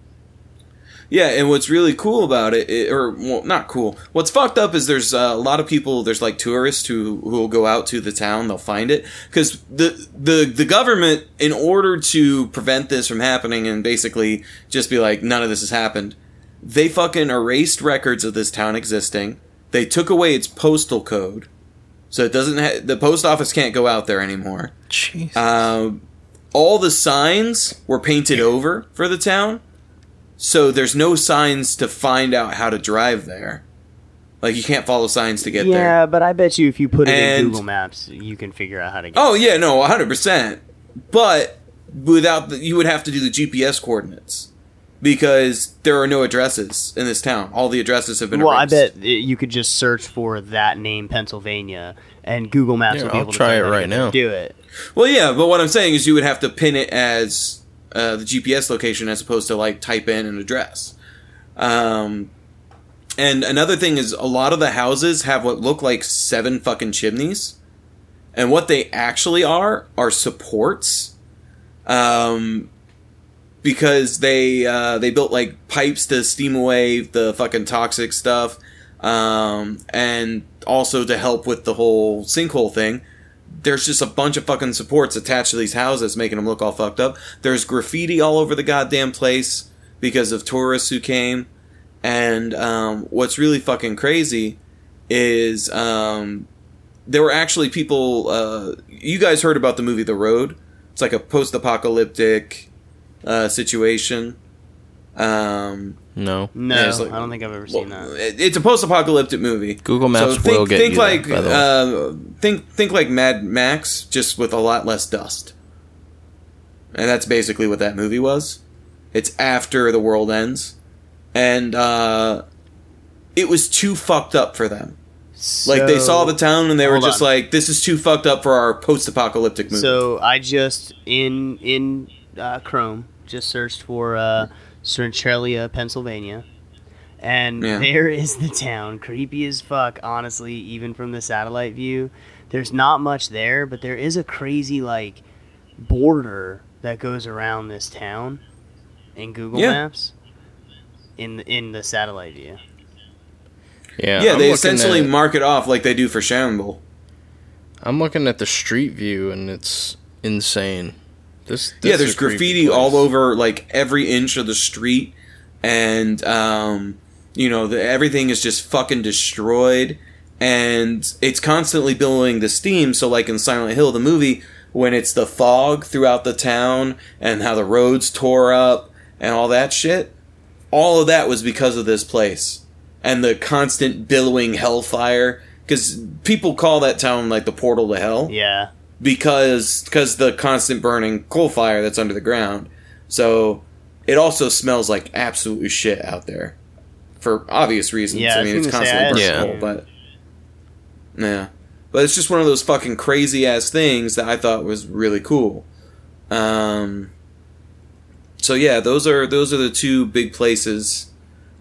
S4: Yeah, and what's really cool about it, it or well, not cool. What's fucked up is there's uh, a lot of people. There's like tourists who who will go out to the town. They'll find it because the the the government, in order to prevent this from happening, and basically just be like, none of this has happened. They fucking erased records of this town existing. They took away its postal code, so it doesn't. Ha- the post office can't go out there anymore.
S5: Jeez.
S6: Uh,
S4: Um, all the signs were painted over for the town, so there's no signs to find out how to drive there. Like you can't follow signs to get
S6: yeah,
S4: there.
S6: but I bet you if you put it in
S4: And-
S6: Google Maps, you can figure out how to get.
S4: Oh yeah, no, 100. percent But without the, you would have to do the GPS coordinates because there are no addresses in this town. All the addresses have been.
S6: Well, I
S4: erased.
S6: bet i- you could just search for that name, Pennsylvania, and Google Maps
S5: Yeah,
S6: will be
S5: I'll
S6: able to
S5: try
S6: tell
S5: it
S6: you how to
S5: right
S6: get there.
S5: now.
S6: Do it.
S4: Well, yeah, but what I'm saying is you would have to pin it as uh, the GPS location as opposed to like type in an address. Um, and another thing is a lot of the houses have what look like seven fucking chimneys, and what they actually are are supports um, because they uh, they built like pipes to steam away the fucking toxic stuff, um, and also to help with the whole sinkhole thing. There's just a bunch of fucking supports attached to these houses, making them look all fucked up. There's graffiti all over the goddamn place because of tourists who came. And um, what's really fucking crazy is um, there were actually people. Uh, you guys heard about the movie The Road? It's like a post-apocalyptic uh, situation. Um,
S5: No.
S6: No,
S4: Yeah, it's like-
S6: I don't think I've ever seen
S4: well,
S6: that.
S4: it- it's a post-apocalyptic movie.
S5: uh, Google Maps
S4: think,
S5: will get
S4: think
S5: you there,
S4: like
S5: by the way.
S4: uh, think think like Mad Max, just with a lot less dust. And that's basically what that movie was. It's after the world ends, and uh, it was too fucked up for them. Like they saw the town and they were
S6: Hold
S4: just
S6: on.
S4: like, "This is too fucked up for our post-apocalyptic movie."
S6: So I just in in uh, Chrome just searched for uh, Centralia, Pennsylvania, and
S4: Yeah.
S6: there is the town. Creepy as fuck, honestly. Even from the satellite view, there's not much there, but there is a crazy like border that goes around this town in Google
S4: Yeah.
S6: Maps. In in the satellite view,
S5: Yeah.
S4: yeah,
S5: I'm
S4: they
S5: looking
S4: essentially
S5: at-
S4: mark it off like they do for Shamble.
S5: I'm looking at the street view and it's insane. This, this
S4: yeah,
S5: is
S4: there's
S5: a creepy
S4: graffiti
S5: place.
S4: all over like every inch of the street, and um, you know the, everything is just fucking destroyed, and it's constantly billowing the steam. So like in Silent Hill, the movie, when it's the fog throughout the town and how the roads tore up and all that shit, all of that was because of this place and the constant billowing hellfire. Because people call that town like the portal to hell
S6: yeah.
S4: because because the constant burning coal fire that's under the ground. So it also smells like absolute shit out there for obvious reasons.
S6: Yeah, I
S4: I mean
S6: was
S4: it's
S6: gonna say,
S4: constantly
S5: I-
S4: burning coal, but yeah, but it's just one of those fucking crazy ass things that I thought was really cool. Um, so yeah, those are those are the two big places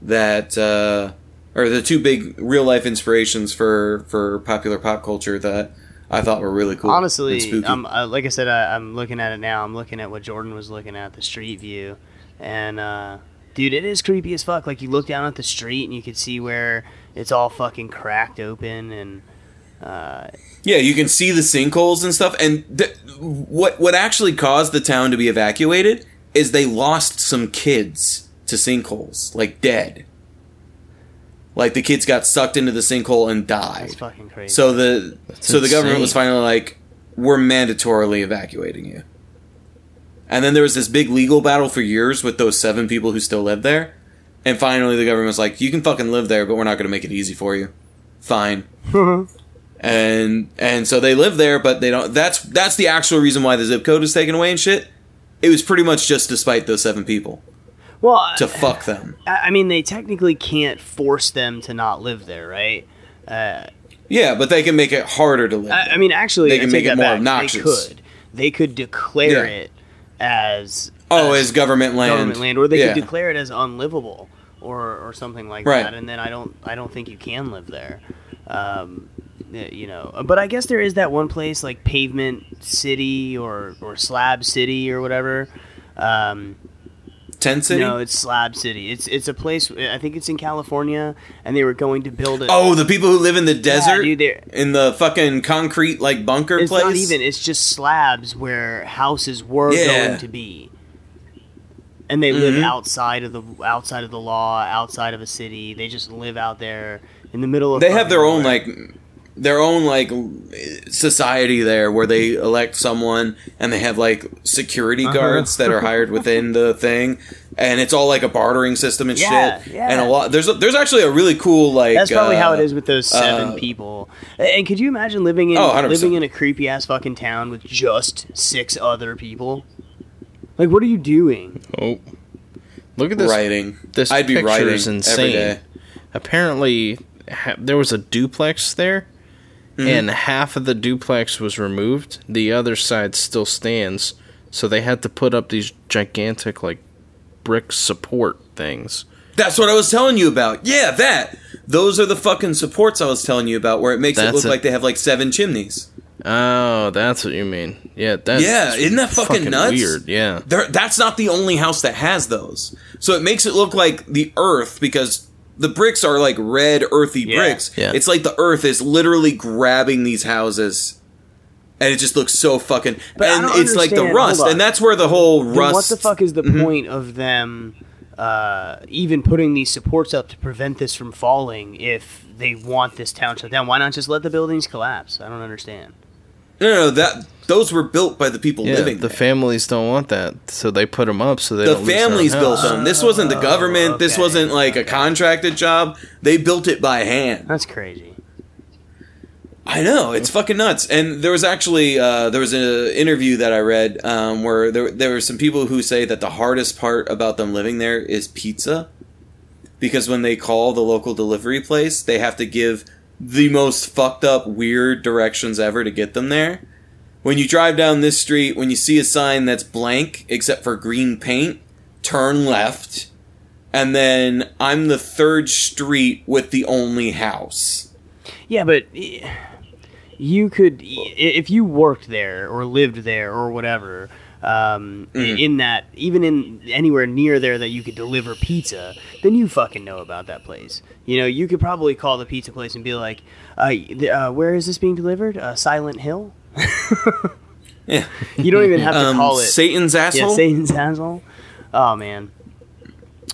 S4: that uh, are the two big real life inspirations for for popular pop culture that I thought were really cool. and
S6: Honestly,
S4: spooky.
S6: I'm, uh, like I said, I, I'm looking at it now. I'm looking at what Jordan was looking at, the street view. And, uh, dude, it is creepy as fuck. Like, you look down at the street and you can see where it's all fucking cracked open. And, uh,
S4: Yeah, you can see the sinkholes and stuff. And th- what what actually caused the town to be evacuated is they lost some kids to sinkholes, like dead. Like the kids got sucked into the sinkhole and died.
S6: it's fucking crazy.
S4: So the so the government
S5: insane.
S4: was finally like, we're mandatorily evacuating you. And then there was this big legal battle for years with those seven people who still lived there. And finally, the government was like, you can fucking live there, but we're not going to make it easy for you. Fine. and and so they live there, but they don't. That's that's the actual reason why the zip code was taken away and shit. It was pretty much just despite those seven people
S6: well,
S4: to fuck them.
S6: I, I mean, they technically can't force them to not live there, right?
S4: Yeah, but they can make it harder to live.
S6: I,
S4: there.
S6: I mean, actually,
S4: They
S6: I
S4: can
S6: take
S4: make it
S6: that
S4: more
S6: back. They
S4: obnoxious.
S6: could. They could declare
S4: Yeah.
S6: it as
S4: oh, as government land,
S6: government land, or they
S4: Yeah.
S6: could declare it as unlivable or, or something like
S4: Right.
S6: that. And then I don't I don't think you can live there. Um, eh, you know, but I guess there is that one place like Pavement City or or Slab City or whatever. Um,
S4: Tent City.
S6: No, it's Slab City. It's it's a place. I think it's in California, and they were going to build it.
S4: Oh, the people who live in the desert,
S6: dude, they're-
S4: in the fucking concrete like bunker
S6: it's
S4: place.
S6: not even. It's just slabs where houses were
S4: Yeah. Mm-hmm.
S6: going to be, and they live outside of the outside of the law, outside of a city. They just live out there in the middle of.
S4: they have their own
S6: nowhere.
S4: like their own like society there where they elect someone and they have like security
S5: Uh-huh.
S4: guards that are hired within the thing and it's all like a bartering system and
S6: Yeah,
S4: shit
S6: yeah.
S4: and a lot there's a, there's actually a really cool like
S6: That's probably
S4: uh,
S6: how it is with those seven
S4: uh,
S6: people. A- And could you imagine living in
S4: Oh, 100%.
S6: living in a creepy ass fucking town with just six other people? Like, what are you doing?
S5: Oh. Look at this
S4: writing
S5: this
S4: I'd be
S5: picture
S4: writing
S5: is insane.
S4: every day
S5: Apparently, ha- there was a duplex there,
S4: Mm-hmm.
S5: and half of the duplex was removed. The other side still stands, so they had to put up these gigantic like brick support things.
S4: That's what I was telling you about. Yeah, that. Those are the fucking supports I was telling you about, where it makes it
S5: That's
S4: look
S5: it.
S4: like they have like seven chimneys.
S5: Oh, that's what you mean. Yeah, that's
S4: Yeah, isn't that fucking nuts?
S5: Weird. Yeah.
S4: There, that's not the only house that has those. So it makes it look like the earth because the bricks are like red, earthy
S6: Yeah.
S4: bricks.
S5: Yeah.
S4: It's like the earth is literally grabbing these houses. And it just looks so fucking.
S6: But I
S4: and
S6: don't
S4: it's like the
S6: understand.
S4: rust,
S6: Hold on.
S4: and that's where the whole
S6: Then
S4: rust.
S6: what the fuck is the point of them uh, even putting these supports up to prevent this from falling if they want this town shut down? Why not just let the buildings collapse? I don't understand.
S4: No, no, no, that those were built by the people
S5: Yeah,
S4: living.
S5: the
S4: there.
S5: families don't want that, so they put them up so they
S4: the
S5: don't lose their
S4: families
S5: house.
S4: built them. This wasn't the government. This
S6: Oh, okay.
S4: wasn't like a contracted job. They built it by hand.
S6: That's crazy.
S4: I know it's fucking nuts. And there was actually uh, there was an interview that I read um, where there there were some people who say that the hardest part about them living there is pizza, because when they call the local delivery place, they have to give the most fucked up, weird directions ever to get them there. When you drive down this street, when you see a sign that's blank except for green paint, turn left, and then I'm the third street with the only house.
S6: Yeah, but eh, you could i- if you worked there or lived there or whatever. Um, i- In that, even in anywhere near there that you could deliver pizza, then you fucking know about that place. You know, you could probably call the pizza place and be like, uh, the, uh, "Where is this being delivered? Uh, Silent Hill."
S4: Yeah.
S6: you don't even have to
S4: um,
S6: call it
S4: Satan's asshole.
S6: Yeah, Satan's asshole. Oh man.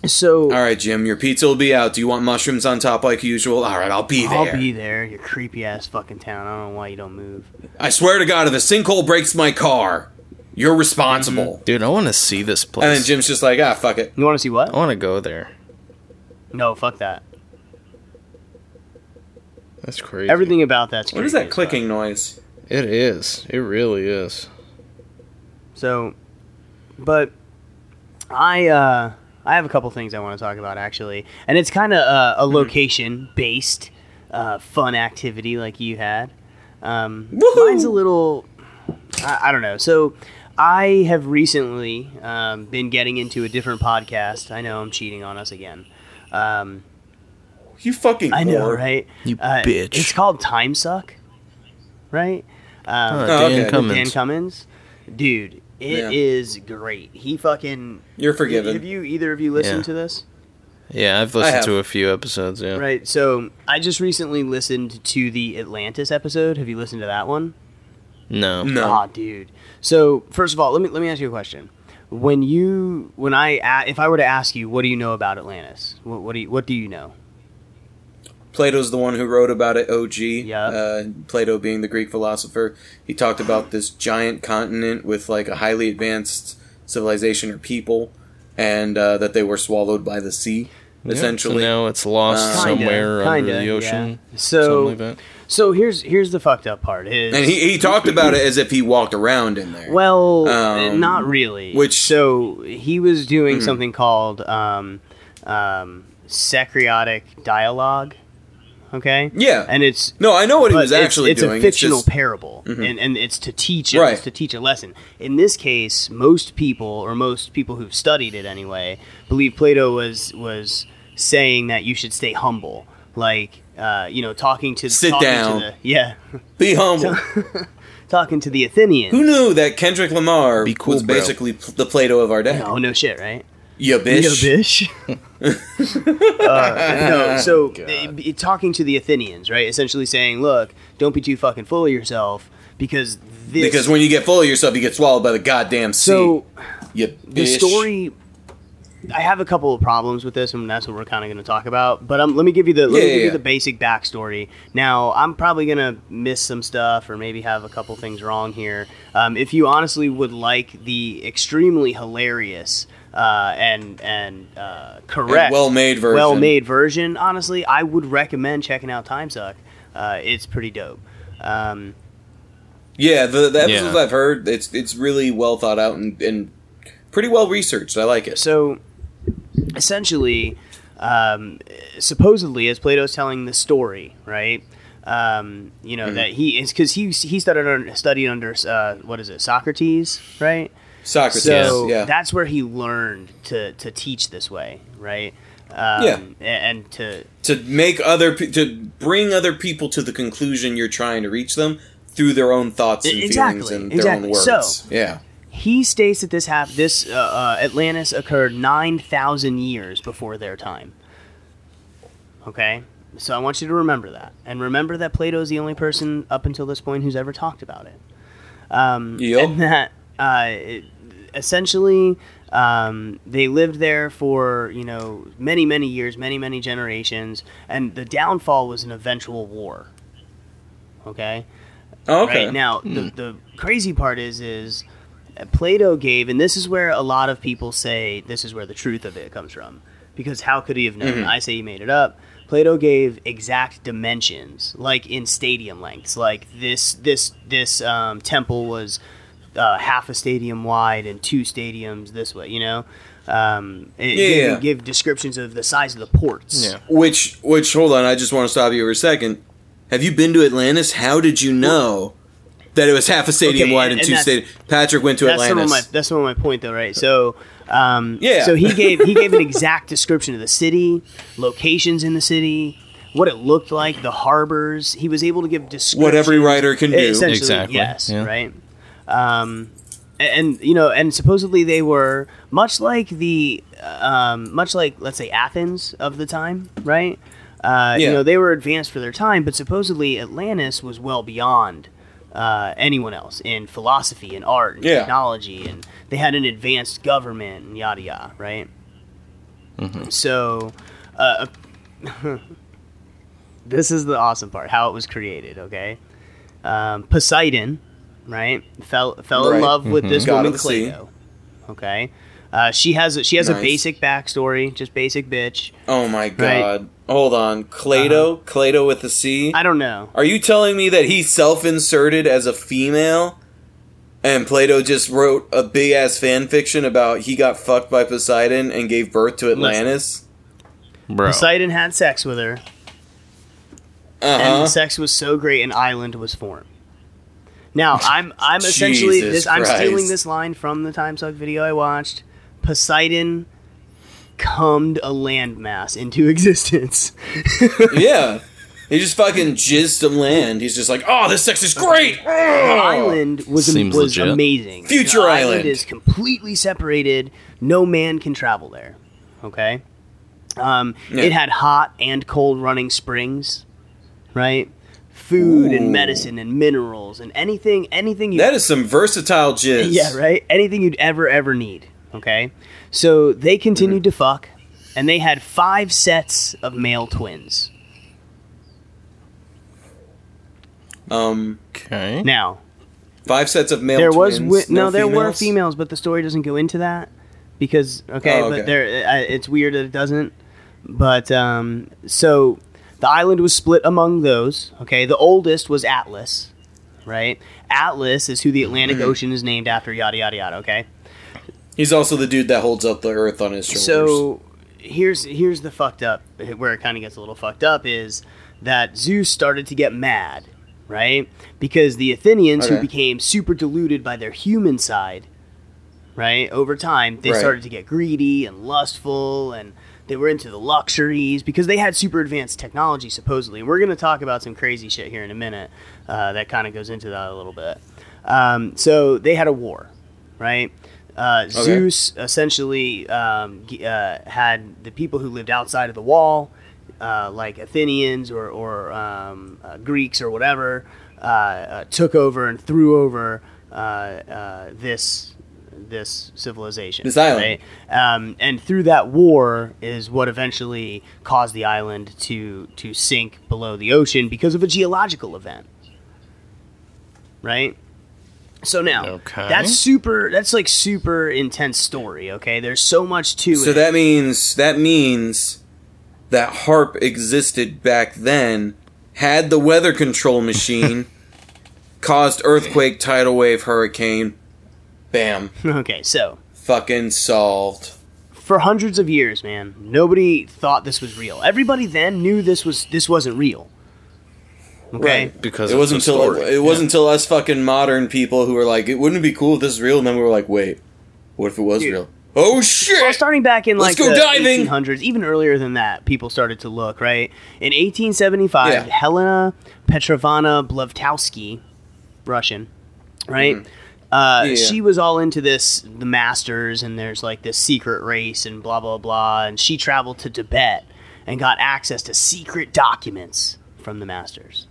S6: So
S4: All right, Jim, your pizza will be out. Do you want mushrooms on top like usual? All right, I'll be there.
S6: I'll be there. Your creepy ass fucking town. I don't know why you don't move.
S4: I swear to God, if a sinkhole breaks my car, you're responsible.
S6: Mm-hmm.
S5: Dude, I want to see this place.
S4: And then Jim's just like, ah, fuck it.
S6: You want to see what?
S5: I want to go there.
S6: No, fuck that.
S5: That's crazy.
S6: Everything about that's
S4: What is
S6: creepy
S4: that
S6: as
S4: clicking noise?
S5: It is. It really is.
S6: fuck. So, but I uh, I have a couple things I want to talk about actually, and it's kind of uh,
S5: Mm-hmm.
S6: a location based uh, fun activity like you had. Um, mine's a little I, I don't know. So I have recently um, been getting into a different podcast. I know I'm cheating on us again. Um,
S4: You fucking
S6: I know,
S4: whore.
S6: right?
S5: You
S6: Uh,
S5: bitch.
S6: It's called Time Suck, right? Um,
S5: Uh,
S4: Oh,
S5: Dan
S4: okay.
S5: Cummins.
S6: Dan Cummins, dude, it is
S4: Yeah.
S6: great. He fucking.
S4: You're
S6: Have
S4: forgiven.
S6: you either of you listened
S5: Yeah.
S6: to this?
S5: yeah, I've
S4: I
S5: listened
S4: have.
S5: to a few episodes. Yeah.
S6: Right. So I just recently listened to the Atlantis episode. Have you listened to that one?
S5: No.
S4: No.
S6: Ah, dude. So first of all, let me let me ask you a question. When you when I a- if I were to ask you, what do you know about Atlantis? What, what do you what do you know?
S4: Plato's the one who wrote about it, OG. Yeah.
S6: Yeah.
S4: Uh, Plato being the Greek philosopher. He talked about this giant continent with like a highly advanced civilization or people, and uh, that they were swallowed by the sea,
S5: Yeah,
S4: essentially.
S5: So now it's lost
S4: Uh,
S6: Kinda,
S5: somewhere under
S6: kinda,
S5: the ocean.
S6: yeah. So-
S5: something like that.
S6: So here's here's the fucked up part. Is
S4: And he, he talked about it as if he walked around in there.
S6: Well,
S4: Um,
S6: not really.
S4: which-
S6: so he was doing
S5: Mm-hmm.
S6: something called um, um, sacriotic dialogue. Okay.
S4: Yeah.
S6: And it's
S4: no, I know what he
S6: but
S4: was actually
S6: it's, it's a
S4: doing.
S6: fictional
S4: it's just, Mm-hmm.
S6: parable, and, and it's to teach
S4: Right.
S6: us to teach a lesson. In this case, most people or most people who've studied it anyway believe Plato was was saying that you should stay humble, like uh, you know, talking to
S4: Sit
S6: talking to
S4: down.
S6: the, yeah,
S4: be humble.
S6: talking to the Athenians.
S4: Who knew that Kendrick Lamar
S5: Be cool,
S4: was
S5: bro.
S4: basically pl- the Plato of our day?
S6: Oh no, shit, right?
S4: Yeah, bitch.
S6: Yeah, bish. uh, no, so it- it- talking to the Athenians, right? Essentially saying, look, don't be too fucking full of yourself because this.
S4: Because when you get full of yourself, you get swallowed by the goddamn sea.
S6: so
S4: you
S6: the
S4: bitch.
S6: story. I have a couple of problems with this, and that's what we're kind of going to talk about. But um, let me give you the let
S4: Yeah,
S6: me
S4: yeah,
S6: give
S4: yeah.
S6: you the basic backstory. Now, I'm probably going to miss some stuff, or maybe have a couple things wrong here. Um, if you honestly would like the extremely hilarious uh, and and uh, correct,
S4: And well-made version.
S6: well-made version, honestly, I would recommend checking out Timesuck. Uh, it's pretty dope. Um,
S4: Yeah, the, the episodes
S5: Yeah.
S4: I've heard, it's it's really well thought out and, and pretty well researched. I like it.
S6: so essentially um, supposedly as plato's telling the story right um, you
S4: Mm-hmm.
S6: know that he is because he he studied under, studied under uh, what is it socrates right
S4: Socrates,
S6: so
S4: yeah.
S6: that's where he learned to to teach this way right
S4: Yeah.
S6: um, a- and to
S4: to make other pe- to bring other people to the conclusion you're trying to reach them through their own thoughts and feelings
S6: Exactly,
S4: and their
S6: exactly.
S4: own words.
S6: So-
S4: yeah.
S6: He states that this hap- this uh, uh, Atlantis occurred nine thousand years before their time. Okay, so I want you to remember that, and remember that Plato's the only person up until this point who's ever talked about it. and
S4: Yep.
S6: that uh, it- essentially um, they lived there for you know many many years many many generations and the downfall was an eventual war okay
S4: Okay. Hmm.
S6: right now the, the crazy part is is plato gave and this is where a lot of people say this is where the truth of it comes from because how could he have known
S4: Mm-hmm.
S6: i say he made it up plato gave exact dimensions like in stadium lengths like this this this um, temple was uh, half a stadium wide and two stadiums this way you know um, it,
S4: Yeah,
S6: give,
S4: yeah.
S6: give descriptions of the size of the ports
S5: Yeah.
S4: Which, which, hold on, I just want to stop you for a second. Have you been to Atlantis? How did you know that it was half a stadium
S6: Okay,
S4: wide
S6: and-
S4: and,
S6: and
S4: two
S6: that's-
S4: stadium? Patrick went to
S6: that's some of my
S4: Atlantis.
S6: that's some of my point though, right? So um,
S4: Yeah.
S6: So he gave he gave an exact description of the city, locations in the city, what it looked like, the harbors. He was able to give descriptions.
S4: what every writer can do.
S6: E, Essentially,
S5: Exactly,
S6: Yes.
S5: yeah.
S6: Right. Um, a- and you know, and supposedly they were much like the, um, much like let's say Athens of the time, right? Uh,
S4: Yeah.
S6: You know, they were advanced for their time, but supposedly Atlantis was well beyond uh, anyone else in philosophy and art and
S4: Yeah.
S6: technology, and they had an advanced government and yada yada, right?
S5: Mm-hmm.
S6: So, uh, this is the awesome part: how it was created. Okay, um, Poseidon, right, fell fell in
S4: Right. Mm-hmm.
S6: love with this
S4: God
S6: woman
S4: of the sea.
S6: Cleo. Okay, uh, she has a, she has a
S4: Nice.
S6: basic backstory, just basic bitch.
S4: Oh my god. Hold on. Clado? Clado with a C?
S6: Uh-huh. I don't know.
S4: Are you telling me that he self inserted as a female? And Plato just wrote a big ass fan fiction about he got fucked by Poseidon and gave birth to Atlantis?
S5: Bro.
S6: Poseidon had sex with her, and
S4: Uh
S6: the
S4: huh.
S6: sex was so great, an island was formed. Now I'm I'm essentially
S4: Jesus
S6: this, I'm stealing
S4: Christ.
S6: this line from the time suck video I watched. Poseidon cummed a landmass into existence.
S4: Yeah. He just fucking jizzed some land. He's just like, oh, this sex is great!
S6: island was
S5: Oh, Seems
S6: was
S5: legit.
S6: amazing.
S4: Future
S6: The
S4: island.
S6: is completely separated. No man can travel there. Okay. Um,
S4: Yeah.
S6: It had hot and cold running springs, right? Food and medicine and minerals and anything, anything you
S4: That is some versatile jizz.
S6: yeah, right. Anything you'd ever ever need. Okay, so they continued to fuck, and they had five sets of male twins.
S4: Um,
S5: Okay.
S6: Now,
S4: five sets of male
S6: there was
S4: twins.
S6: wi- no, there were
S4: females?
S6: females, but the story doesn't go into that because okay,
S4: Oh, okay.
S6: but there uh, it's weird that it doesn't. But um, so the island was split among those. Okay, the oldest was Atlas, right? Atlas is who the Atlantic
S4: Mm-hmm.
S6: Ocean is named after. Yada yada yada. Okay,
S4: He's also the dude that holds up the earth on his shoulders.
S6: so here's here's the fucked up where it kind of gets a little fucked up is that Zeus started to get mad, right? Because the Athenians who
S4: Okay.
S6: became super deluded by their human side, right? Over time, they
S4: Right.
S6: started to get greedy and lustful and they were into the luxuries because they had super advanced technology supposedly. And we're going to talk about some crazy shit here in a minute uh, that kind of goes into that a little bit. Um, so they had a war, right? Uh, Zeus essentially um, g- uh, had the people who lived outside of the wall, uh, like Athenians or, or um, uh, Greeks or whatever, uh, uh, took over and threw over uh, uh, this this civilization,
S4: This island.
S6: right? Um, and through that war is what eventually caused the island to to sink below the ocean because of a geological event, right? So now,
S5: Okay.
S6: that's super. That's like super intense story. Okay, there's so much to
S4: So
S6: it.
S4: that means that means that harp existed back then, had the weather control machine, caused earthquake, tidal wave, hurricane. Bam.
S6: okay, so
S4: Fucking solved.
S6: for hundreds of years, man, nobody thought this was real. Everybody then knew this was this wasn't real. Okay,
S4: Right.
S5: Because
S4: it
S5: it's
S4: wasn't
S5: a
S4: until
S5: story.
S4: it, wasn't until us fucking modern people who were like, it wouldn't it be cool if this is real, and then we were like, wait, what if it was
S6: Dude.
S4: real? Oh
S6: Well,
S4: shit!
S6: starting back in
S4: Let's
S6: like
S4: go
S6: the
S4: diving!
S6: 1800s, even earlier than that, people started to look right. In 1875,
S4: Yeah.
S6: Helena Petrovna Blavatsky, Russian,
S4: Mm-hmm.
S6: right? Uh,
S4: Yeah.
S6: She was all into this, the Masters, and there's like this secret race and blah, blah, blah. And she traveled to Tibet and got access to secret documents from the Masters.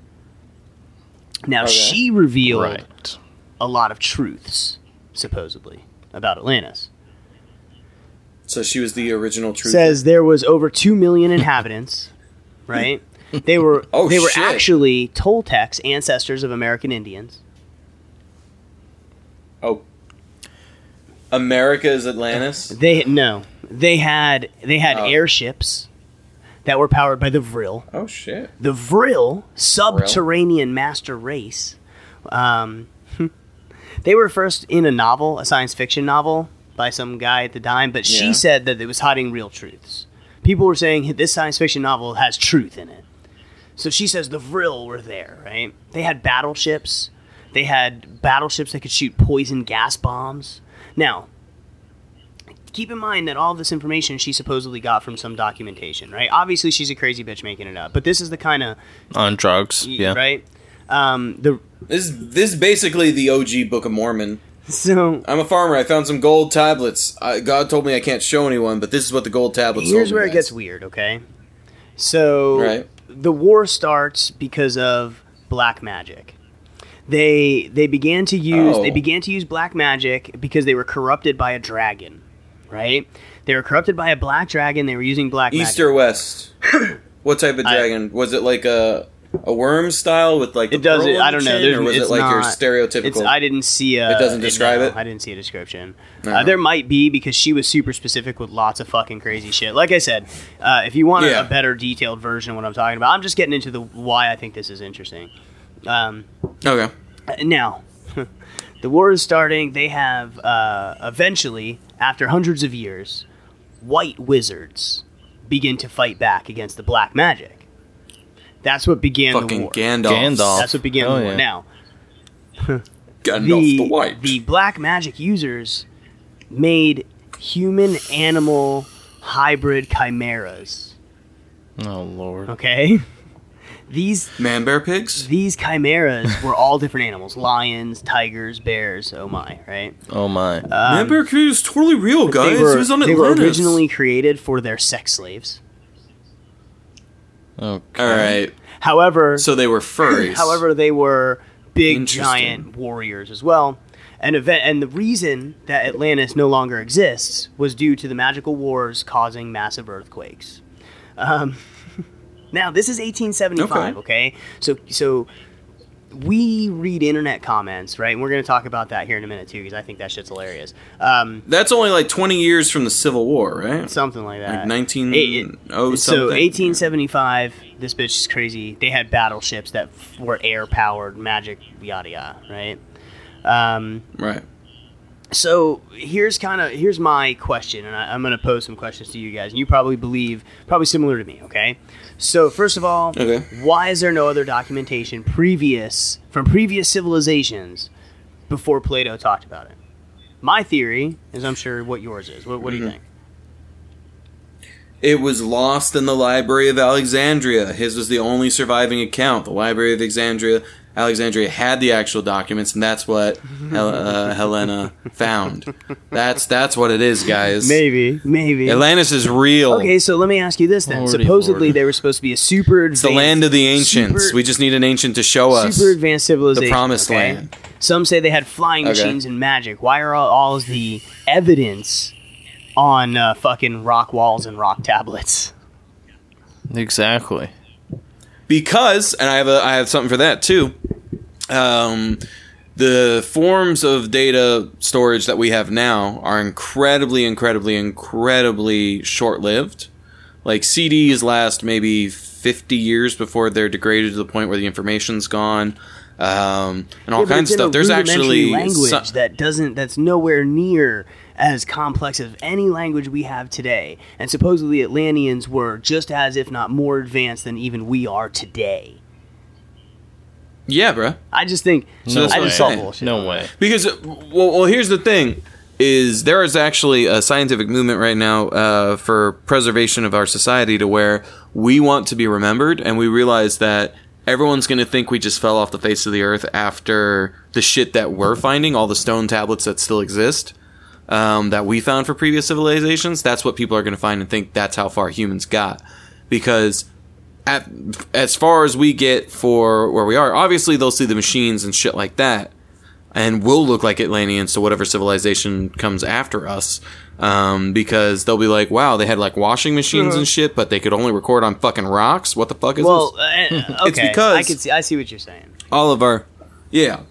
S6: Now, she revealed
S5: Right.
S6: a lot of truths, supposedly, about Atlantis.
S4: So she was the original truth.
S6: says there was over 2 million inhabitants, right? They were
S4: Oh,
S6: they were
S4: shit.
S6: actually Toltecs, ancestors of American Indians.
S4: oh, America is Atlantis.
S6: They no, they had they had
S4: Oh.
S6: airships that were powered by the Vril.
S4: Oh shit.
S6: The Vril subterranean master race. Um, they were first in a novel, a science fiction novel by some guy at the time, but
S4: Yeah.
S6: she said that it was hiding real truths. People were saying this science fiction novel has truth in it. So she says the Vril were there, right? They had battleships. They had battleships that could shoot poison gas bombs. Now, keep in mind that all this information she supposedly got from some documentation, right? Obviously, she's a crazy bitch making it up, but this is the kind of
S5: On drugs. Yeah.
S6: right. Um, the
S4: This this is basically the OG Book of Mormon.
S6: so
S4: I'm a farmer. I found some gold tablets. I, God told me I can't show anyone, but this is what the gold tablets.
S6: here's
S4: told me,
S6: where it
S4: guys.
S6: gets weird, okay? So
S4: Right.
S6: the war starts because of black magic. They they began to use
S4: Oh.
S6: they began to use black magic because they were corrupted by a dragon, right? They were corrupted by a black dragon. They were using black
S4: East
S6: magic.
S4: or west? what type of dragon was it? Like a a worm style with like the
S6: It does
S4: pearl
S6: it.
S4: on
S6: I
S4: the
S6: don't know.
S4: chin,
S6: There's,
S4: or was
S6: it's
S4: it like your
S6: not-
S4: stereotypical?
S6: It's, I didn't see a.
S4: It doesn't describe
S6: no,
S4: it?
S6: I didn't see a description. Uh, there might be because she was super specific with lots of fucking crazy shit. Like I said, uh, if you want
S4: Yeah.
S6: a, a better detailed version of what I'm talking about, I'm just getting into the why I think this is interesting. Um,
S4: okay.
S6: now, the war is starting. They have uh, eventually, after hundreds of years, white wizards begin to fight back against the black magic. That's what began the
S4: Fucking
S6: war.
S4: Gandalf.
S5: Gandalf.
S6: That's what began
S5: Oh,
S6: the war.
S5: yeah.
S6: Now,
S4: Gandalf
S6: the,
S4: the, White.
S6: the black magic users made human animal hybrid chimeras.
S5: Oh lord.
S6: Okay, these
S4: Man bear pigs?
S6: these chimeras were all different animals: lions, tigers, bears. Oh my! Right?
S5: Oh my.
S4: Man bear pig is totally real, guys.
S6: um, they were,
S4: it was on
S6: they were
S4: Atlantis.
S6: originally created for their sex slaves.
S5: okay.
S4: All right.
S6: However,
S4: So they were furries.
S6: However, they were big
S4: Interesting.
S6: giant warriors as well. And event and the reason that Atlantis no longer exists was due to the magical wars causing massive earthquakes. Um, now this is 1875, okay. So so we read internet comments, right? And we're going to talk about that here in a minute too because I think that shit's hilarious. Um,
S4: that's only like 20 years from the Civil War, right?
S6: something like that.
S4: Like 19
S6: It-
S4: oh
S6: Uh, So
S4: something.
S6: 1875, this bitch is crazy. They had battleships that f- were air powered, magic, yada yada, right? Um,
S4: Right.
S6: so here's kind of here's my question, and I, I'm gonna pose some questions to you guys, and you probably believe probably similar to me, okay? So first of all,
S4: Okay.
S6: why is there no other documentation previous from previous civilizations before Plato talked about it? My theory is, I'm sure what yours is. What, what do you
S4: Mm-hmm.
S6: think?
S4: It was lost in the Library of Alexandria. His was the only surviving account. The Library of Alexandria Alexandria had the actual documents, and that's what Hel- uh, Helena found. That's that's what it is, guys.
S6: Maybe, maybe.
S4: Atlantis is real.
S6: Okay, so let me ask you this then.
S5: Lordy
S6: Supposedly
S5: lord.
S6: they were supposed to be a super advanced
S4: It's the land of the ancients.
S6: super-
S4: we just need an ancient to show us
S6: super advanced civilization.
S4: the promised
S6: okay?
S4: land.
S6: Some say they had flying
S4: Okay.
S6: machines and magic. Why are all, all of the evidence on uh, fucking rock walls and rock tablets?
S5: Exactly.
S4: because and I have a I have something for that too. Um, the forms of data storage that we have now are incredibly, incredibly, incredibly short-lived. Like CDs last maybe 50 years before they're degraded to the point where the information's gone, um, and all
S6: Yeah, but
S4: kinds
S6: it's
S4: of
S6: in a
S4: stuff. There's
S6: rudimentary
S4: actually
S6: language
S4: some-
S6: that doesn't that's nowhere near as complex as any language we have today. And supposedly Atlanteans were just as if not more advanced than even we are today.
S4: yeah, bruh.
S6: I just think
S5: No
S6: I just
S4: what I'm
S6: saw
S4: saying.
S6: bullshit.
S5: No way.
S4: because well, well here's the thing is there is actually a scientific movement right now uh, for preservation of our society to where we want to be remembered and we realize that everyone's going to think we just fell off the face of the earth after the shit that we're finding, all the stone tablets that still exist um, that we found for previous civilizations. That's what people are going to find and think that's how far humans got. Because at, as far as we get for where we are, obviously they'll see the machines and shit like that. And we'll look like Atlanteans to whatever civilization comes after us. Um, because they'll be like, wow, they had like washing machines and shit, but they could only record on fucking rocks. What the fuck is
S6: Well,
S4: this?
S6: uh, okay.
S4: It's because-
S6: I can see. I see what you're saying.
S4: all of our yeah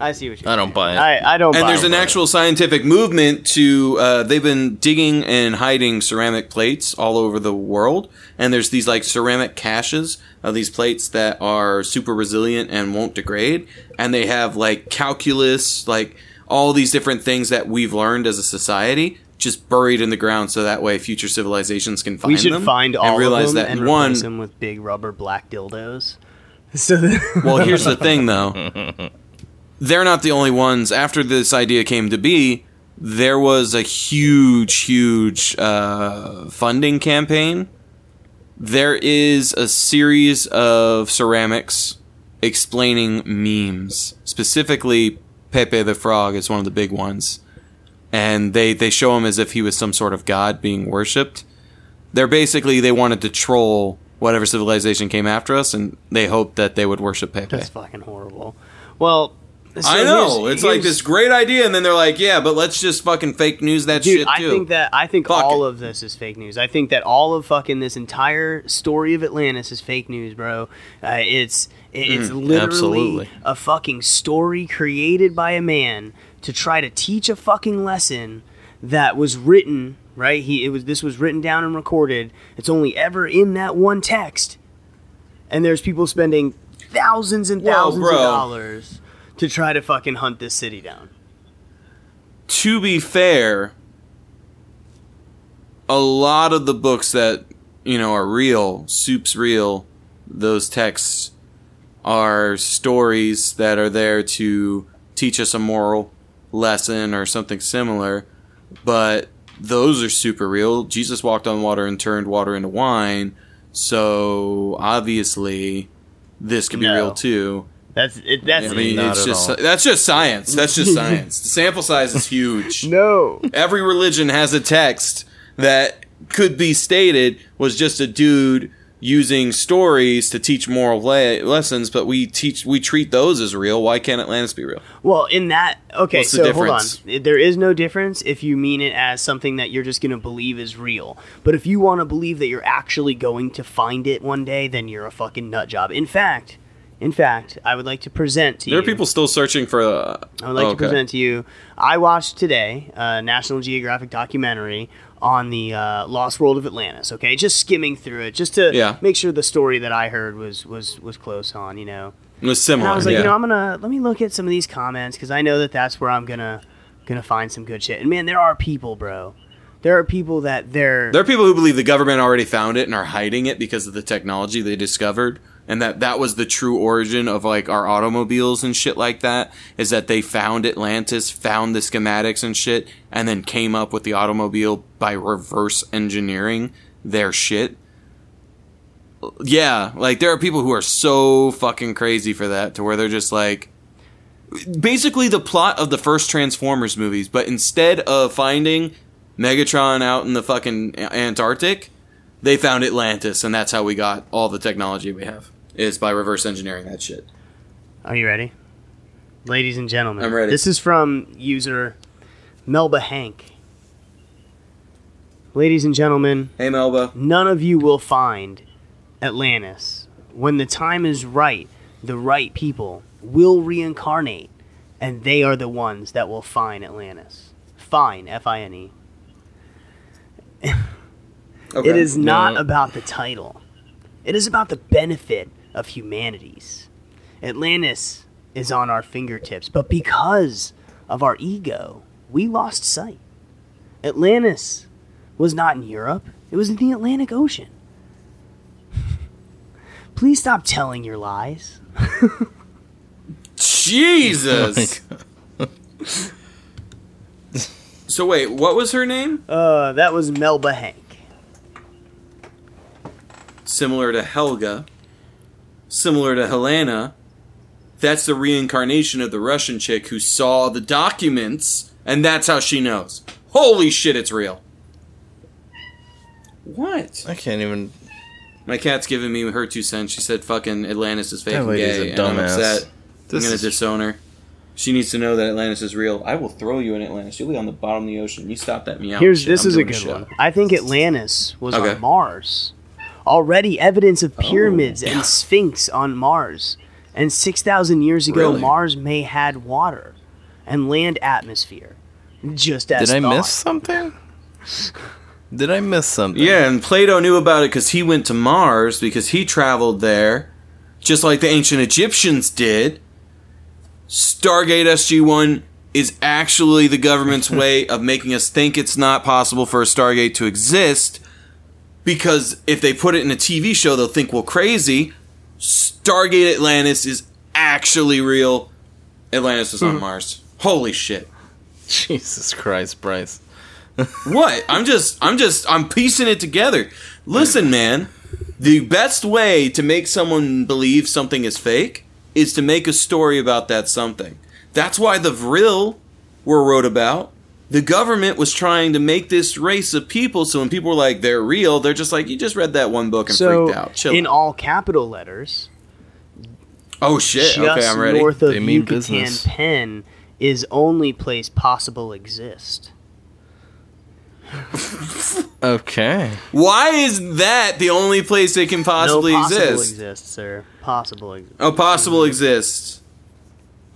S6: I see what you're.
S5: I don't buy it.
S6: I, I don't.
S4: and
S6: buy
S4: there's
S6: it.
S4: an actual scientific movement to uh, they've been digging and hiding ceramic plates all over the world and there's these like ceramic caches of these plates that are super resilient and won't degrade and they have like calculus like all these different things that we've learned as a society just buried in the ground so that way future civilizations can find
S6: We should
S4: them
S6: find all
S4: and realize
S6: of them
S4: that
S6: and
S4: one
S6: replace them with big rubber black dildos. So that,
S4: Well, here's the thing, though. They're not the only ones. After this idea came to be, there was a huge, huge uh, funding campaign. There is a series of ceramics explaining memes. Specifically, Pepe the Frog is one of the big ones. And they, they show him as if he was some sort of god being worshipped they're basically they wanted to troll whatever civilization came after us, and they hoped that they would worship Pepe.
S6: that's fucking horrible. Well, so
S4: I know
S6: here's-
S4: it's like
S6: here's-
S4: this great idea, and then they're like, "Yeah, but let's just fucking fake news that
S6: Dude,
S4: shit
S6: I
S4: too."
S6: think that I think
S4: Fuck
S6: all
S4: it.
S6: of this is fake news. I think that all of fucking this entire story of Atlantis is fake news, bro. Uh, it's it- it's
S4: Mm,
S6: literally
S5: absolutely.
S6: a fucking story created by a man to try to teach a fucking lesson that was written right. He it was this was written down and recorded. It's only ever in that one text, and there's people spending thousands and
S4: Well,
S6: thousands
S4: bro.
S6: of dollars to try to fucking hunt this city down.
S4: to be fair, a lot of the books that you know are real, Soup's real, those texts are stories that are there to teach us a moral lesson or something similar, but those are super real. Jesus walked on water and turned water into wine, so obviously this could be
S6: No.
S4: real too.
S6: That's it, that's
S4: I mean,
S5: Not
S4: it's
S5: at
S4: just
S5: all.
S4: that's just science. That's just science. The sample size is huge
S6: no.
S4: every religion has a text that could be stated was just a dude using stories to teach moral le- lessons but we teach we treat those as real why can't atlantis be real
S6: Well, in that, okay,
S4: What's the
S6: so
S4: difference?
S6: hold on. There is no difference if you mean it as something that you're just going to believe is real. But if you want to believe that you're actually going to find it one day, then you're a fucking nut job. In fact, in fact, I would like to present to
S4: there are
S6: you.
S4: people still searching for uh,
S6: I would like
S4: okay.
S6: to present to you. I watched today a National Geographic documentary on the uh, Lost World of Atlantis. Okay, just skimming through it, just to
S4: Yeah.
S6: make sure the story that I heard was was was close on. You know.
S4: it was similar
S6: And I was like,
S4: yeah.
S6: you know, I'm gonna let me look at some of these comments because I know that that's where I'm gonna gonna find some good shit. And man, there are people, bro. There are people that they're
S4: there are people who believe the government already found it and are hiding it because of the technology they discovered and that that was the true origin of like our automobiles and shit like that is that they found Atlantis, found the schematics and shit and then came up with the automobile by reverse engineering their shit. Yeah, like there are people who are so fucking crazy for that to where they're just like basically the plot of the first Transformers movies, but instead of finding Megatron out in the fucking A- Antarctic, they found Atlantis, and that's how we got all the technology we have. Is by reverse engineering that shit.
S6: Are you ready? Ladies and gentlemen,
S4: I'm ready.
S6: This is from user Melba Hank. Ladies and gentlemen,
S4: Hey, Melba.
S6: none of you will find Atlantis. When the time is right, the right people will reincarnate, and they are the ones that will find Atlantis. Fine, F I N E.
S4: Okay.
S6: It is not
S5: No.
S6: about the title. It is about the benefit of humanities. Atlantis is on our fingertips, but because of our ego, we lost sight. Atlantis was not in Europe, it was in the Atlantic Ocean. Please stop telling your lies.
S4: Jesus. so wait, what was her name?
S6: Uh, that was Melba Hank.
S4: Similar to Helga. similar to Helena, that's the reincarnation of the Russian chick who saw the documents, and that's how she knows. Holy shit, it's real. What?
S5: I can't even.
S4: My cat's giving me her two cents. She said, "Fucking Atlantis is fake
S5: That
S4: and
S5: lady's
S4: gay,"
S5: a
S4: and I'm
S5: dumbass.
S4: upset.
S5: This
S4: I'm gonna
S5: is-
S4: disown her. She needs to know that Atlantis is real. I will throw you in Atlantis. You'll be on the bottom of the ocean. You stop that meow.
S6: Here's
S4: shit.
S6: this
S4: I'm
S6: is a
S4: doing
S6: good
S4: show.
S6: one. I think Atlantis was
S4: Okay. Oh,
S6: on Mars. Already evidence of pyramids and Sphinx on Mars. And 6,000 years ago
S4: Really?
S6: Mars may had water and land atmosphere. Just as
S5: Did I
S6: thought.
S5: miss something? Did I miss something?
S4: Yeah, and Plato knew about it because he went to Mars because he traveled there, just like the ancient Egyptians did. Stargate SG One is actually the government's way of making us think it's not possible for a Stargate to exist, because if they put it in a TV show, they'll think we're crazy. Stargate Atlantis is actually real. Atlantis is on Mars. Holy shit!
S5: Jesus Christ, Bryce.
S4: What? I'm just, I'm just, I'm piecing it together. Listen, man, the best way to make someone believe something is fake is to make a story about that something. That's why the Vril were wrote about. The government was trying to make this race of people, so when people were like, they're real, they're just like, you just read that one book and
S6: so
S4: freaked out. Chill.
S6: in all capital letters,
S4: oh shit.
S6: just
S4: Okay, I'm ready.
S6: north of
S5: They mean
S6: Yucatan
S5: business.
S6: Pen is only place possible exist.
S5: Okay.
S4: Why is that the only place it can possibly
S6: no possible
S4: exist?
S6: exists, sir. Possible exists.
S4: oh, possible exists.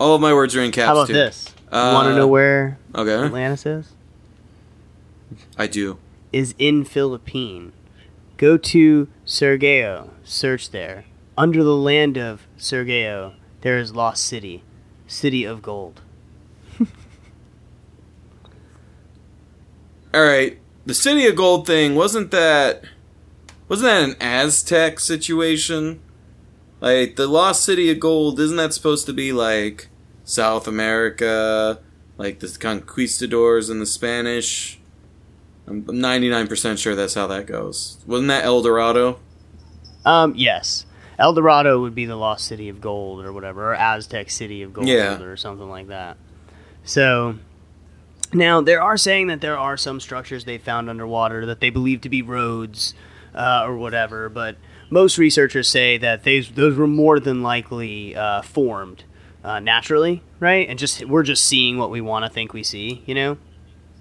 S4: All of my words are in caps.
S6: How about
S4: too.
S6: this?
S4: Uh,
S6: Want to know where
S4: Okay.
S6: Atlantis is?
S4: I do.
S6: Is in Philippine. Go to Sergeo. Search there. Under the land of Sergeo, there is lost city, city of gold.
S4: All right, the City of Gold thing wasn't that wasn't that an Aztec situation? Like the Lost City of Gold, isn't that supposed to be like South America, like the conquistadors and the Spanish? I'm 99% sure that's how that goes. Wasn't that El Dorado?
S6: Um, yes. El Dorado would be the lost city of gold or whatever, or Aztec city of gold
S4: Yeah.
S6: or something like that. So now there are saying that there are some structures they found underwater that they believe to be roads uh, or whatever, but most researchers say that these those were more than likely uh, formed uh, naturally, right? And just we're just seeing what we want to think we see, you know.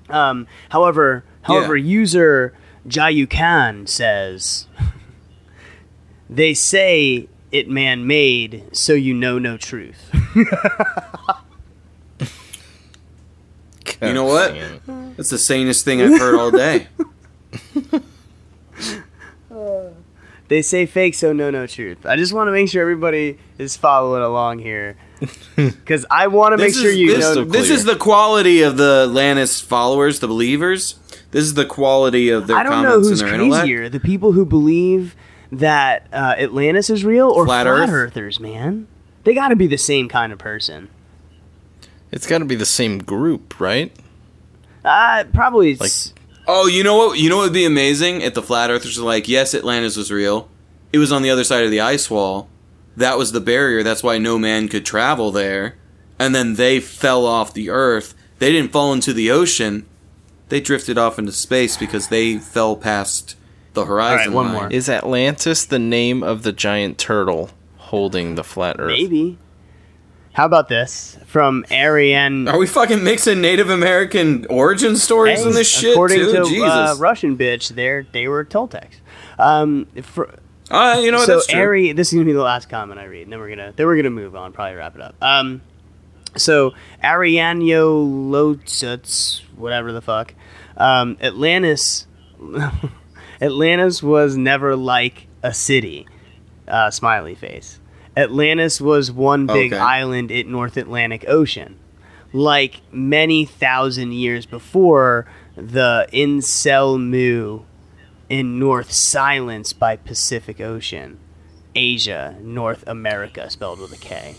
S6: Um, however, however, user Jayu Khan says they say it man made, so you know no truth.
S4: You know what? That's the sanest thing I've heard all day.
S6: They say fake, so no no truth. I just want to make sure everybody is following along here, because I want to make
S4: This
S6: sure
S4: is-
S6: you
S4: this,
S6: know.
S4: this is the quality of the Lannis followers, the believers. This is the quality of their
S6: I don't know
S4: comments
S6: who's
S4: and their intellect.
S6: crazier: the people who believe that uh, Atlantis is real or
S4: Flat
S6: flat,
S4: Earth?
S6: earthers. Man, they got to be the same kind of person.
S5: It's got to be the same group, right?
S6: Uh, probably. It's,
S4: Oh, you know what? You know what would be amazing if the flat earthers were like, "Yes, Atlantis was real. It was on the other side of the ice wall. That was the barrier. That's why no man could travel there." And then they fell off the earth. They didn't fall into the ocean. They drifted off into space because they fell past the horizon.
S6: right, one
S4: line.
S6: more.
S5: Is Atlantis the name of the giant turtle holding the flat Earth?
S6: maybe. How about this from Ariane?
S4: Are we fucking mixing Native American origin stories in this shit
S6: According
S4: too?
S6: to
S4: Jesus.
S6: Uh, Russian bitch, there they were Toltecs. Um, fr-
S4: Ah, you know what?
S6: so
S4: that's true.
S6: Ari, this is gonna be the last comment I read. And then we're gonna then we're gonna move on. Probably wrap it up. Um, so Ariano Lotsuts, whatever the fuck, um, Atlantis. Atlantis was never like a city. Uh, smiley face. Atlantis was one big
S4: Okay.
S6: island in North Atlantic Ocean. Like many thousand years before the Inselmu in North Silence by Pacific Ocean. Asia, North America, spelled with a K.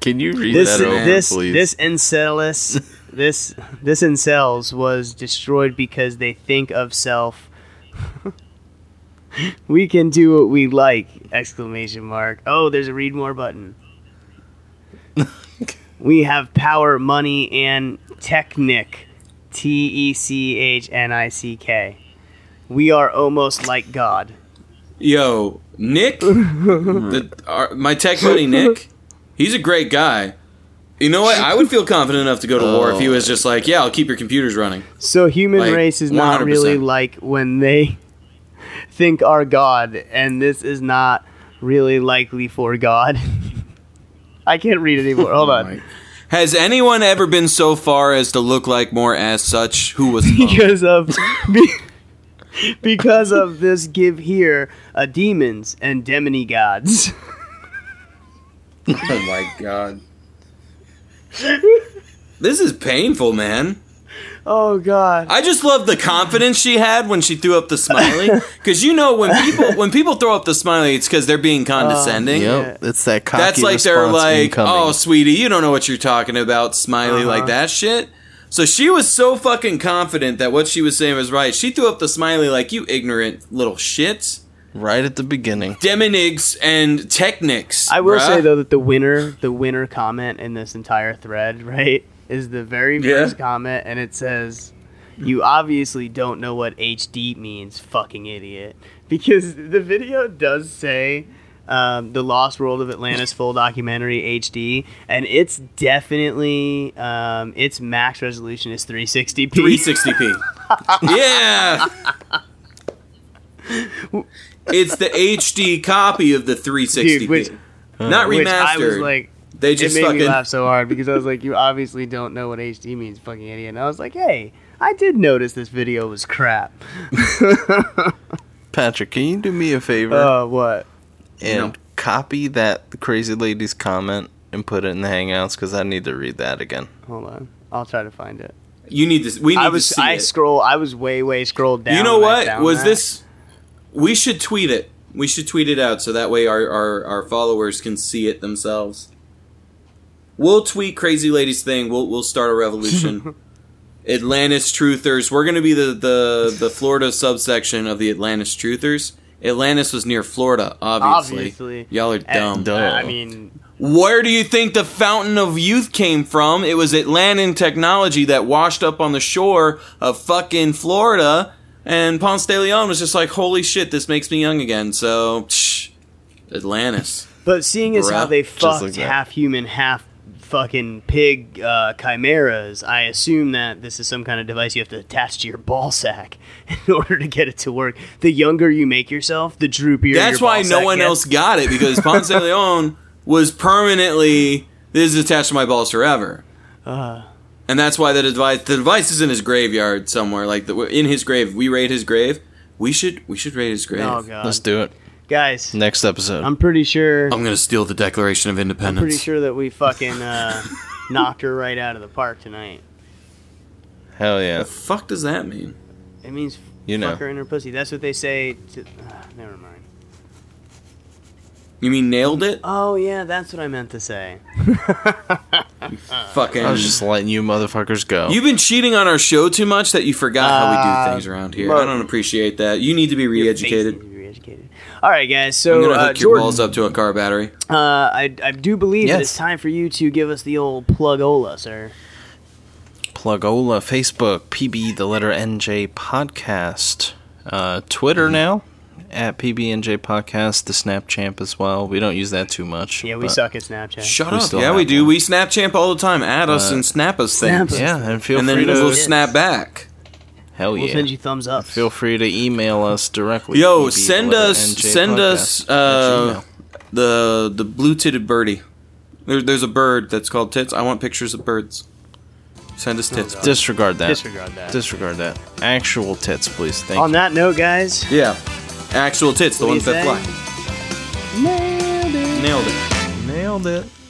S5: Can you read
S6: This
S5: that over,
S6: this
S5: please?
S6: this Encelis this this Encels was destroyed because they think of self we can do what we like! Exclamation mark. Oh, there's a read more button. we have power, money, and technic. T E C H N I C K. We are almost like God.
S4: Yo, Nick, the, our, my tech buddy Nick, he's a great guy. You know what? I would feel confident enough to go to war if he was just like, "Yeah, I'll keep your computers running."
S6: So human
S4: Like,
S6: race is not really
S4: 100%.
S6: like when they think our God, and this is not really likely for God. I can't read anymore. Hold on.
S4: Has anyone ever been so far as to look like more as such? Who was?
S6: because of be- because of this give here uh, demons and demigods.
S4: oh my god! This is painful, man.
S6: Oh God!
S4: I just love the confidence she had when she threw up the smiley. Because you know when people when people throw up the smiley, it's because they're being condescending.
S6: Yeah.
S5: Yep, it's that cocky
S4: That's like they're
S5: response
S4: like,
S5: incoming. Uh-huh.
S4: "Oh, sweetie, you don't know what you're talking about." Smiley like that shit. So she was so fucking confident that what she was saying was right. She threw up the smiley like, "You ignorant little shits,
S5: right at the beginning.
S4: demonigs and technics."
S6: I will
S4: bruh."
S6: say though that the winner, the winner comment in this entire thread, right, is the very
S4: Yeah.
S6: first comment, and it says, "You obviously don't know what HD means, fucking idiot," because the video does say. Um, the Lost World of Atlantis full documentary HD, and it's definitely um, its max resolution is 360p.
S4: 360p. yeah. It's the HD copy of the 360p.
S6: Dude, which-
S4: Not remastered.
S6: which I was like,
S4: they
S6: it
S4: just
S6: made me
S4: fucking
S6: laugh so hard because I was like, "You obviously don't know what HD means, fucking idiot." And I was like, "Hey, I did notice this video was crap."
S5: Patrick, can you do me a favor
S6: Uh, what?
S5: and copy that crazy lady's comment and put it in the Hangouts because I need to read that again.
S6: Hold on, I'll try to find it.
S4: you need this we need
S6: I was
S4: to see
S6: I
S4: it.
S6: scroll. I was way way scrolled down.
S4: You know
S6: when I
S4: what?
S6: found
S4: Was
S6: that.
S4: this we should tweet it. We should tweet it out so that way our, our, our followers can see it themselves. We'll tweet Crazy Ladies thing. We'll we'll start a revolution. Atlantis Truthers. We're gonna be the, the, the Florida subsection of the Atlantis Truthers. Atlantis was near Florida, obviously.
S6: Obviously.
S4: Y'all are dumb.
S6: And, uh, I mean,
S4: Where do you think the fountain of youth came from? It was Atlantan technology that washed up on the shore of fucking Florida, and Ponce de Leon was just like, "Holy shit, this makes me young again." So, psh, Atlantis.
S6: but seeing as how
S4: Bruh,
S6: they
S4: just
S6: fucked
S5: like that.
S6: half human, half fucking pig uh, chimeras, I assume that this is some kind of device you have to attach to your ball sack in order to get it to work. The younger you make yourself, the droopier.
S4: That's
S6: your
S4: why
S6: ball
S4: no
S6: sack
S4: one
S6: gets.
S4: else got it because Ponce de Leon was permanently this is attached to my balls forever.
S6: Uh-huh.
S4: and that's why the device the device is in his graveyard somewhere. Like the, in his grave, we raid his grave. We should we should raid his grave.
S6: Oh god,
S5: Let's do it.
S6: guys,
S5: Next episode.
S6: I'm pretty sure.
S4: I'm gonna steal the Declaration of Independence.
S6: pretty sure that we fucking uh, knocked her right out of the park tonight.
S5: Hell yeah.
S4: The fuck does that mean?
S6: It means
S5: You know.
S6: fuck her in her pussy. That's what they say. To, ah, never mind.
S4: You mean nailed it?
S6: Oh yeah, that's what I meant to say.
S4: Fucking.
S5: I was just letting you motherfuckers go.
S4: You've been cheating on our show too much that you forgot how we
S5: Uh,
S4: do things around here. I don't appreciate that. You need to be
S6: Face
S4: re-educated.
S6: needs to be Re-educated. All right, guys.
S4: I'm
S6: So
S4: gonna
S6: uh,
S4: hook your
S6: Jordan,
S4: balls up to a car battery.
S6: uh, I I do believe that
S5: Yes.
S6: it's time for you to give us the old plugola, sir.
S5: Plugola, Facebook, PB, the letter NJ podcast, uh,
S4: Mm-hmm.
S5: Twitter now at PBNJ podcast, the Snapchamp as well. We don't use that too much.
S6: Yeah, we
S5: but-
S6: suck at Snapchat.
S4: Shut
S5: We
S4: up.
S5: still
S4: Yeah,
S5: have
S4: we do.
S5: one.
S4: We Snapchamp all the time. Add us and snap us
S6: Snap
S4: things,
S6: us.
S5: Yeah, and feel
S4: and
S5: free
S4: then
S5: to
S4: we'll
S6: Yes.
S4: snap back.
S5: hell
S6: We'll
S5: yeah.
S6: send you thumbs up.
S5: feel free to email us directly.
S4: Yo,
S5: PB, the
S4: send
S5: letter
S4: us,
S5: NJ
S4: send us
S5: podcast
S4: uh,
S5: at Gmail.
S4: the the blue titted birdie. There, there's a bird that's called tits. I want pictures of birds. Send us tits.
S5: Disregard that.
S6: Disregard that.
S5: Disregard that. Actual tits, please. Thank
S6: On
S5: you.
S6: that note, guys.
S4: yeah, actual tits, the
S6: What do you
S4: ones that
S6: say?
S4: fly. Nailed it.
S5: Nailed it.